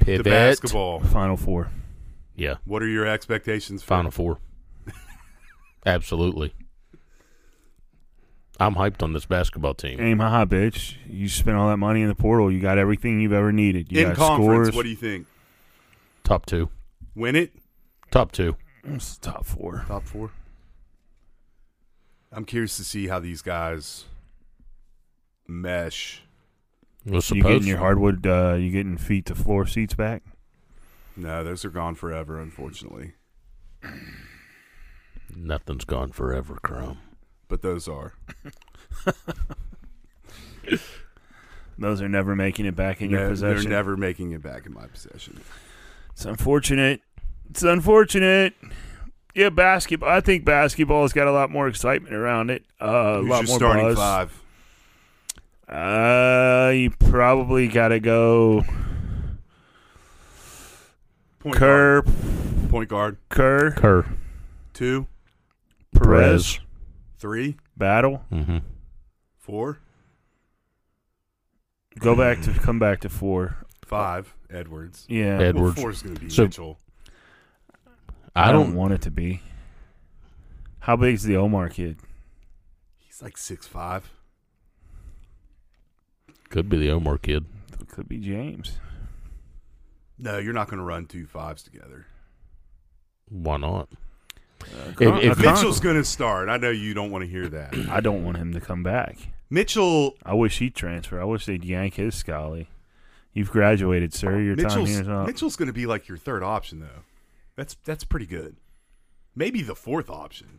Speaker 7: to
Speaker 6: Pivot.
Speaker 7: basketball.
Speaker 5: Final four.
Speaker 6: Yeah.
Speaker 7: What are your expectations for
Speaker 6: Final four. Absolutely. I'm hyped on this basketball team.
Speaker 5: Aim high, bitch. You spent all that money in the portal. You got everything you've ever needed. You
Speaker 7: in
Speaker 5: got
Speaker 7: conference?
Speaker 5: scores.
Speaker 7: What do you think?
Speaker 6: Top two.
Speaker 7: Win it?
Speaker 6: Top two.
Speaker 5: It's top four.
Speaker 7: Top four. I'm curious to see how these guys mesh.
Speaker 6: Was
Speaker 5: You getting
Speaker 6: supposed
Speaker 5: your hardwood? Uh, you getting feet to floor seats back?
Speaker 7: No, those are gone forever, unfortunately.
Speaker 6: Nothing's gone forever, Chrome.
Speaker 7: But those are.
Speaker 5: Those are never making it back in your
Speaker 7: No, they're
Speaker 5: possession.
Speaker 7: never making it back in my possession.
Speaker 5: It's unfortunate. It's unfortunate. Yeah, basketball. I think basketball's got a lot more excitement around it. Uh, a
Speaker 7: Who's
Speaker 5: lot
Speaker 7: your
Speaker 5: more
Speaker 7: starting
Speaker 5: buzz.
Speaker 7: five?
Speaker 5: Uh, you probably got to go
Speaker 7: Point
Speaker 5: Kerr,
Speaker 7: guard. Point guard.
Speaker 5: Kerr,
Speaker 6: Kerr.
Speaker 7: Two,
Speaker 5: Perez,
Speaker 7: three,
Speaker 5: Battle.
Speaker 6: Mm-hmm.
Speaker 7: four,
Speaker 5: Go back to come back to four.
Speaker 7: five. Edwards.
Speaker 5: Yeah,
Speaker 6: Ed-
Speaker 7: Well,
Speaker 6: Edwards.
Speaker 7: four's going to be
Speaker 6: So-
Speaker 7: Mitchell.
Speaker 5: I
Speaker 6: I
Speaker 5: don't
Speaker 6: don't.
Speaker 5: want it to be. How big is the Omar kid?
Speaker 7: He's like six five.
Speaker 6: Could be the Omar kid.
Speaker 5: It could be James.
Speaker 7: No, you're not going to run two fives together.
Speaker 6: Why not?
Speaker 5: Con-
Speaker 6: if-
Speaker 5: a
Speaker 6: if-
Speaker 5: Con-
Speaker 7: Mitchell's going to start. I know you don't want to hear that.
Speaker 5: I don't want him to come back.
Speaker 7: Mitchell
Speaker 5: I wish he'd transfer. I wish they'd yank his Scully. You've graduated, sir. Your time
Speaker 7: Mitchell's,
Speaker 5: here is up.
Speaker 7: Mitchell's going to be like your third option though. That's that's pretty good. Maybe the fourth option.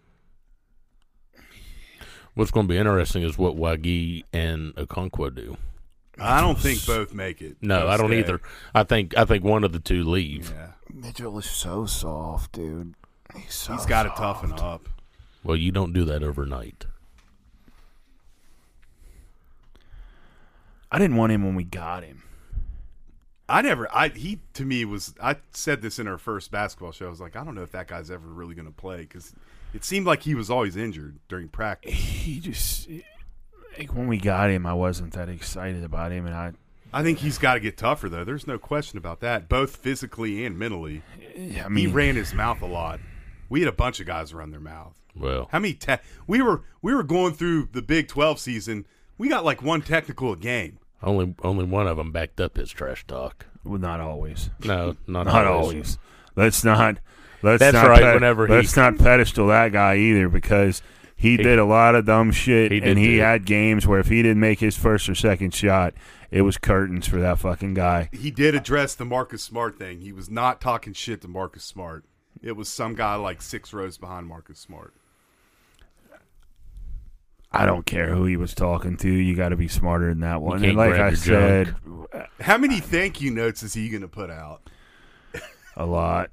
Speaker 6: What's going to be interesting is what Wagi and Okonkwo do.
Speaker 7: I don't think both make it.
Speaker 6: No, I don't
Speaker 7: Stay.
Speaker 6: either. I think I think one of the two leave.
Speaker 7: Yeah.
Speaker 11: Mitchell is so soft, dude. He's so
Speaker 7: He's got to toughen up.
Speaker 6: Well, you don't do that overnight.
Speaker 5: I didn't want him when we got him.
Speaker 7: I never I he to me was I said this in our first basketball show. I was like, I don't know if that guy's ever really going to play cuz it seemed like he was always injured during practice.
Speaker 5: He just like when we got him, I wasn't that excited about him, and I
Speaker 7: I think he's got to get tougher though. There's no question about that, both physically and mentally.
Speaker 5: I
Speaker 7: He
Speaker 5: mean
Speaker 6: Mm.
Speaker 7: ran his mouth a lot. We had a bunch of guys run their mouth.
Speaker 6: Well,
Speaker 7: How many te- we were we were going through the Big 12 season. We got like one technical a game.
Speaker 6: only only one of them backed up his trash talk.
Speaker 5: well, not always,
Speaker 6: No, not,
Speaker 5: not always. Let's not. Let's
Speaker 6: That's
Speaker 5: not
Speaker 6: right,
Speaker 5: ped-
Speaker 6: whenever he-
Speaker 5: let's not pedestal that guy either because he, did a lot of dumb shit
Speaker 6: He did
Speaker 5: and he
Speaker 6: do it.
Speaker 5: had games where if he didn't make his first or second shot, it was curtains for that fucking guy.
Speaker 7: He did address the Marcus Smart thing. He was not talking shit to Marcus Smart. It was some guy like six rows behind Marcus Smart.
Speaker 5: I don't care who he was talking to. You got to be smarter than that one.
Speaker 6: can't
Speaker 5: And like
Speaker 6: grab
Speaker 5: I
Speaker 6: your
Speaker 5: said,
Speaker 6: junk.
Speaker 7: How many thank you notes is he going to put out?
Speaker 5: a lot.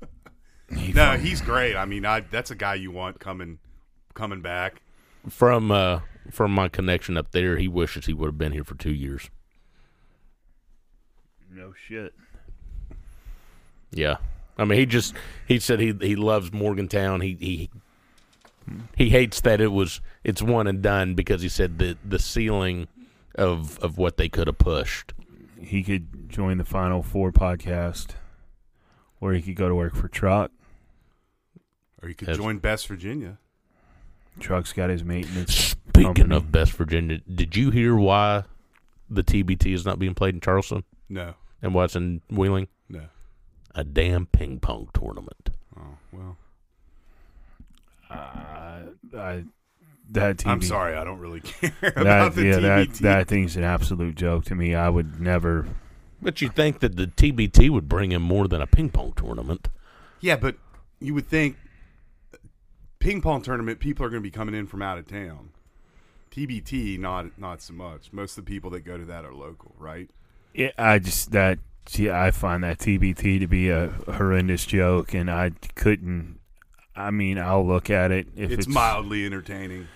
Speaker 7: No, he's great. I mean, I that's a guy you want coming coming back.
Speaker 6: From uh, from my connection up there, he wishes he would have been here for two years.
Speaker 5: No shit.
Speaker 6: Yeah, I mean, he just he said he he loves Morgantown. He he he hates that it was it's one and done because he said the the ceiling of of what they could have pushed.
Speaker 5: He could join the Final Four podcast, or he could go to work for Truck.
Speaker 7: Or you could
Speaker 6: That's-
Speaker 7: join Best Virginia.
Speaker 5: Truck's got his maintenance.
Speaker 6: Speaking
Speaker 5: company.
Speaker 6: of Best Virginia, did you hear why the TBT is not being played in Charleston
Speaker 7: No.
Speaker 6: and why it's in Wheeling?
Speaker 7: No.
Speaker 6: A damn ping pong tournament.
Speaker 7: Oh, well.
Speaker 5: Uh, I, that TV,
Speaker 7: I'm sorry. I don't really care about
Speaker 5: That,
Speaker 7: the
Speaker 5: yeah, that
Speaker 7: TBT.
Speaker 5: that thing's an absolute joke to me. I would never.
Speaker 6: But you think that the TBT would bring in more than a ping pong tournament?
Speaker 7: Yeah, but you would think ping pong tournament people are going to be coming in from out of town. TBT, not not so much. Most of the people that go to that are local, right?
Speaker 5: Yeah, I just that. Yeah, I find that TBT to be a horrendous joke, and I couldn't. I mean, I'll look at it if
Speaker 7: It's,
Speaker 5: it's,
Speaker 7: mildly entertaining.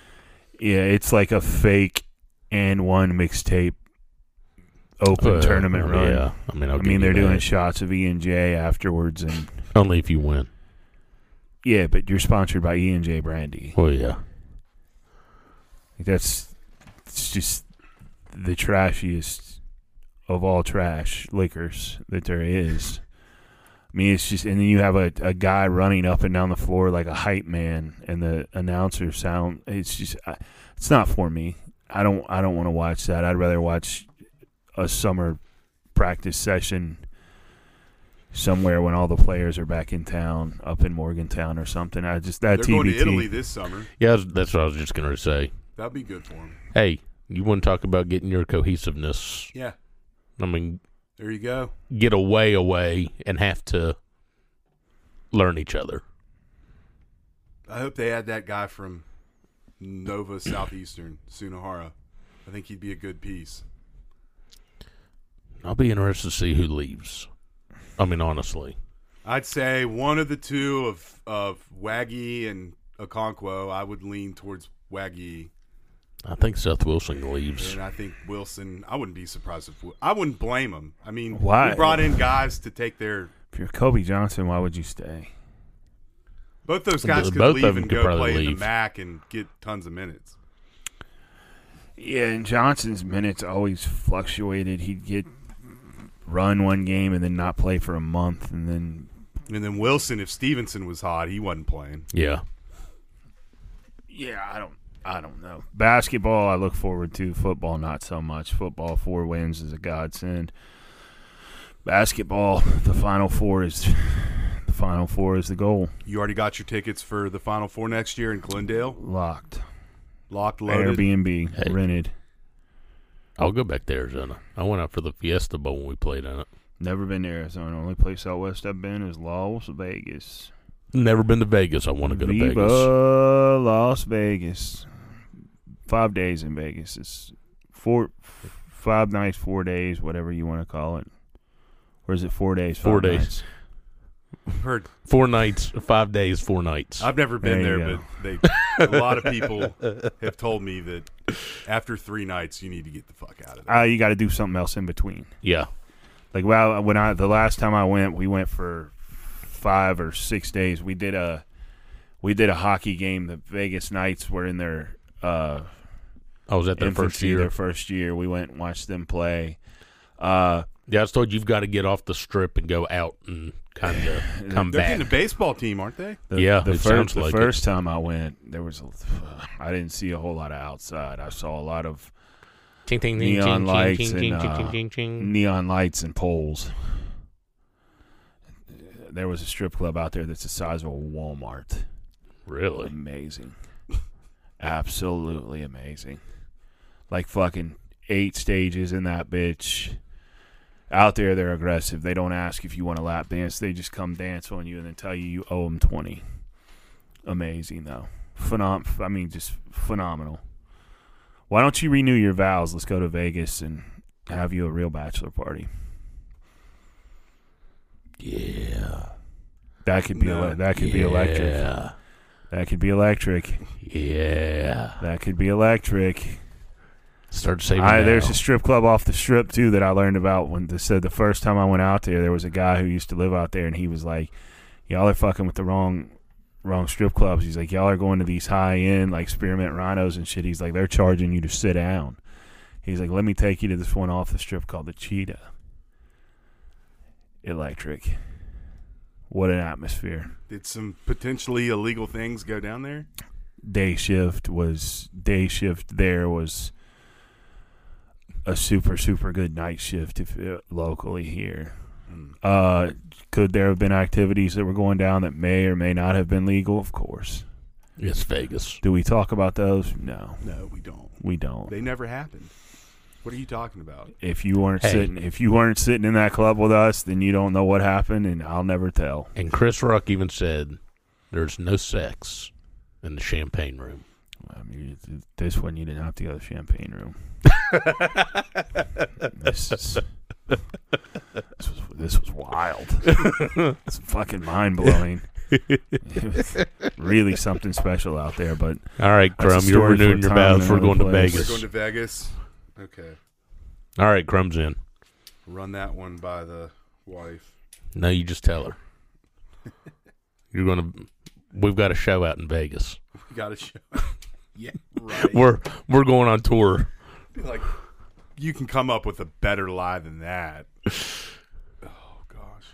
Speaker 5: Yeah, it's like a fake and one mixtape open
Speaker 6: Uh,
Speaker 5: tournament run.
Speaker 6: Yeah, I mean, I'll
Speaker 5: I
Speaker 6: give
Speaker 5: mean,
Speaker 6: you
Speaker 5: they're doing
Speaker 6: that.
Speaker 5: shots of E and J afterwards, and
Speaker 6: only if you win.
Speaker 5: yeah, but you're sponsored by E and J Brandy.
Speaker 6: Well, yeah.
Speaker 5: Like, that's it's just the trashiest of all trash liquors that there is. I mean, it's just, and then you have a, a guy running up and down the floor like a hype man, and the announcer sound. It's just, I, it's not for me. I don't, I don't want to watch that. I'd rather watch a summer practice session somewhere when all the players are back in town, up in Morgantown or something. I just that
Speaker 7: They're
Speaker 5: TBT.
Speaker 7: going to Italy this summer.
Speaker 6: Yeah, that's- that's what I was just going to say.
Speaker 7: That'd be good for them.
Speaker 6: Hey, you want to talk about getting your cohesiveness?
Speaker 7: Yeah,
Speaker 6: I mean,
Speaker 7: there you go.
Speaker 6: get away, away, and have to learn each other.
Speaker 7: I hope they add that guy from Nova Southeastern, Sunohara. I think he'd be a good piece.
Speaker 6: I'll be interested to see who leaves. I mean, honestly,
Speaker 7: I'd say one of the two of of Waggy and Okonkwo. I would lean towards Waggy,
Speaker 6: I think Seth Wilson leaves.
Speaker 7: and I think Wilson. I wouldn't be surprised if I wouldn't blame him. I mean,
Speaker 5: Why?
Speaker 7: we brought in guys to take their
Speaker 5: If you're Kobe Johnson, why would you stay?
Speaker 7: both those guys could
Speaker 6: Both of
Speaker 7: leave
Speaker 6: them
Speaker 7: and
Speaker 6: could
Speaker 7: go
Speaker 6: probably
Speaker 7: play in the
Speaker 6: leave.
Speaker 7: MAC and get tons of minutes.
Speaker 5: Yeah, and Johnson's minutes always fluctuated. He'd get run one game and then not play for a month, and then
Speaker 7: And then Wilson, if Stevenson was hot, he wasn't playing.
Speaker 6: Yeah,
Speaker 5: yeah, I don't, I don't know. Basketball, I look forward to. Football, not so much. Football, four wins is a godsend. Basketball, the final four is the final four is the goal.
Speaker 7: You already got your tickets for the Final Four next year in Glendale.
Speaker 5: Locked,
Speaker 7: Locked, loaded.
Speaker 5: Airbnb,
Speaker 6: Hey.
Speaker 5: rented.
Speaker 6: I'll go back to Arizona. I went out for the Fiesta Bowl when we played in it.
Speaker 5: Never been to Arizona. Only place out west I've been is Las Vegas.
Speaker 6: Never been to Vegas. I want to go to
Speaker 5: Viva
Speaker 6: Vegas.
Speaker 5: Las Vegas. Five days in Vegas. It's four, f- five nights, four days, whatever you want to call it. Or is it four days?
Speaker 6: Four
Speaker 5: five
Speaker 6: days.
Speaker 5: nights?
Speaker 7: Heard-
Speaker 6: Four nights, five days, four nights.
Speaker 7: I've never been
Speaker 5: There
Speaker 7: there,
Speaker 5: you
Speaker 7: but they, a lot of people have told me that after three nights, you need to get the fuck out of there.
Speaker 5: Uh, you got to do something else in between.
Speaker 6: yeah,
Speaker 5: Like well, when I the last time I went, we went for five or six days. We did a we did a hockey game. The Vegas Knights were in their uh,
Speaker 6: I was at their
Speaker 5: infancy,
Speaker 6: first year.
Speaker 5: Their first year, we went and watched them play. Uh,
Speaker 6: Yeah, I was told you've got to get off the strip and go out and kind of come
Speaker 7: They're
Speaker 6: back.
Speaker 7: getting a baseball team, aren't they?
Speaker 5: The,
Speaker 6: Yeah,
Speaker 5: the
Speaker 6: it
Speaker 5: first,
Speaker 6: sounds
Speaker 5: the
Speaker 6: like it.
Speaker 5: first time I went, there was I I didn't see a whole lot of outside. I saw a lot of
Speaker 6: Ting, ting, ting, ting,
Speaker 5: neon
Speaker 6: ting,
Speaker 5: lights
Speaker 6: ting,
Speaker 5: and
Speaker 6: ting, ting,
Speaker 5: uh,
Speaker 6: ting, ting, ting.
Speaker 5: neon lights and poles. There was a strip club out there that's the size of a Walmart.
Speaker 6: Really?
Speaker 5: Amazing, absolutely amazing. Like fucking eight stages in that bitch. Out there, they're aggressive. They don't ask if you want to lap dance. They just come dance on you and then tell you you owe them twenty. Amazing though, phenom. I mean, just phenomenal. Why don't you renew your vows? Let's go to Vegas and have you a real bachelor party.
Speaker 6: Yeah.
Speaker 5: That could be
Speaker 7: No.
Speaker 5: ele- that could be electric.
Speaker 6: Yeah.
Speaker 5: That could be electric.
Speaker 6: Yeah.
Speaker 5: That could be electric.
Speaker 6: Start saving.
Speaker 5: I,
Speaker 6: now.
Speaker 5: there's a strip club off the strip too that I learned about when they said the first time I went out there, there was a guy who used to live out there, and he was like, "Y'all are fucking with the wrong, wrong strip clubs." He's like, "Y'all are going to these high end like spearmint rhinos and shit." He's like, "They're charging you to sit down." He's like, "Let me take you to this one off the strip called the Cheetah." Electric. What an atmosphere.
Speaker 7: Did some potentially illegal things go down there?
Speaker 5: day shift was day shift there was a super super good night shift if uh, locally here uh could there have been activities that were going down that may or may not have been legal of course
Speaker 6: It's Vegas.
Speaker 5: do we talk about those no
Speaker 7: No, we don't.
Speaker 5: we don't
Speaker 7: They never happened. What are you talking about?
Speaker 5: if you weren't
Speaker 6: Hey.
Speaker 5: sitting if you weren't sitting in that club with us then you don't know what happened and i'll never tell
Speaker 6: And Chris Rock even said, "There's no sex in the champagne room."
Speaker 5: I mean, th- this one you didn't have to go to the champagne room. this, is, this was this was wild. it's fucking mind blowing. really something special out there, but
Speaker 6: All right,
Speaker 5: That's a
Speaker 6: Crumb, you're
Speaker 5: story for
Speaker 6: renewing your
Speaker 5: time and
Speaker 6: vows. We're
Speaker 5: another
Speaker 6: going to
Speaker 5: place.
Speaker 7: We're
Speaker 6: Vegas.
Speaker 7: going to Vegas. Okay,
Speaker 6: All right, Crumb's in.
Speaker 7: run that one by the wife.
Speaker 6: No, you just tell her. You're going to. We've got a show out in Vegas.
Speaker 7: We got to show. yeah, right.
Speaker 6: We're we're going on tour.
Speaker 7: like you can come up with a better lie than that. Oh gosh.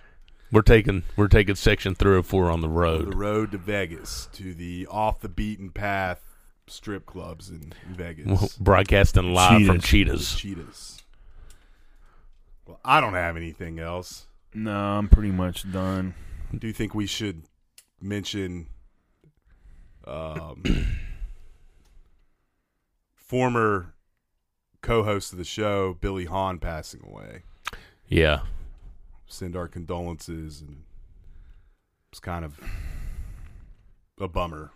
Speaker 6: We're taking we're taking section 304 on the road.
Speaker 7: The road to Vegas, to the off the beaten path strip clubs in
Speaker 6: Well,
Speaker 7: Vegas.
Speaker 6: broadcasting live from
Speaker 7: Those
Speaker 6: Cheetahs.
Speaker 7: cheetahs. Well, I don't have anything else.
Speaker 5: no, I'm pretty much done.
Speaker 7: Do you think we should mention um, former co-host of the show, Billy Hahn, passing away?
Speaker 6: Yeah,
Speaker 7: Send our condolences and It's kind of a bummer.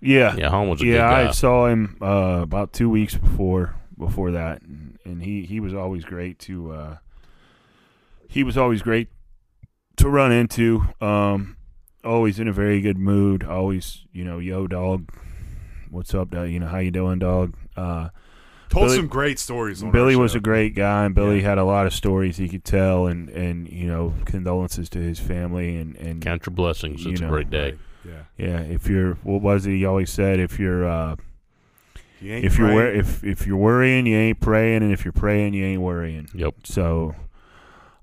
Speaker 5: Yeah,
Speaker 6: Yeah, Hahn was a
Speaker 5: yeah.
Speaker 6: good guy.
Speaker 5: I saw him uh, about two weeks before before that, and, and he he was always great to uh, he was always great to run into. Um, always in a very good mood. Always, you know, yo dog, what's up? Dog? You know, how you doing, dog? Uh,
Speaker 7: Told some great stories on our
Speaker 5: Billy was
Speaker 7: show.
Speaker 5: a great guy, and Billy had a lot of stories he could tell, and and you know, condolences to his family and and
Speaker 6: Count your blessings.
Speaker 5: you
Speaker 6: It's a
Speaker 5: know.
Speaker 6: great day.
Speaker 7: Yeah.
Speaker 5: Yeah, if you're what was it he always said? If you're uh,
Speaker 7: You ain't
Speaker 5: if you're wor-
Speaker 7: praying.
Speaker 5: if if you're worrying, you ain't praying, and if you're praying, you ain't worrying.
Speaker 6: Yep.
Speaker 5: So,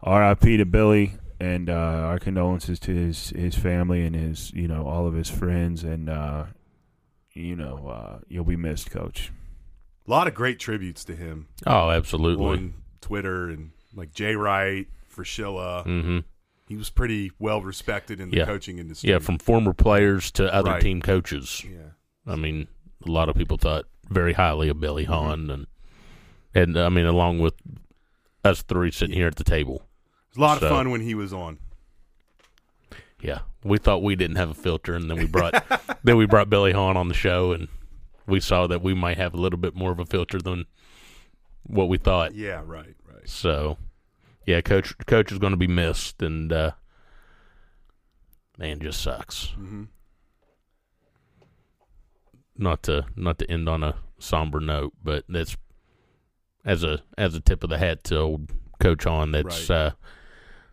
Speaker 5: R.I.P. to Billy, and uh, our condolences to his his family and his you know all of his friends, and uh, you know uh, you'll be missed, Coach.
Speaker 7: A lot of great tributes to him
Speaker 6: Oh, absolutely.
Speaker 7: on Twitter and like Jay Wright, Freshilla.
Speaker 5: Mm.
Speaker 6: Mm-hmm.
Speaker 7: He was pretty well respected in the
Speaker 6: Yeah.
Speaker 7: coaching industry.
Speaker 6: Yeah, from former players to other
Speaker 7: Right.
Speaker 6: team coaches.
Speaker 7: yeah.
Speaker 6: I mean, a lot of people thought very highly of Billy
Speaker 5: Mm-hmm.
Speaker 6: Hahn, and and I mean, along with us three sitting here at the table.
Speaker 7: It was a lot
Speaker 6: So-
Speaker 7: of fun when he was on.
Speaker 6: Yeah, we thought we didn't have a filter, and then we brought then we brought Billy Hahn on the show, and we saw that we might have a little bit more of a filter than what we thought.
Speaker 7: Yeah, right, right.
Speaker 6: So, yeah, coach coach is going to be missed, and uh, man, just sucks. Not to not to end on a somber note, but that's as a as a tip of the hat to old Coach on. That's
Speaker 7: Right.
Speaker 6: uh,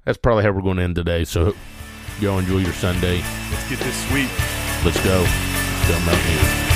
Speaker 6: that's probably how we're going to end today. So, y'all enjoy your Sunday.
Speaker 7: Let's get this sweep.
Speaker 6: Let's go. Let's go Mountaineers.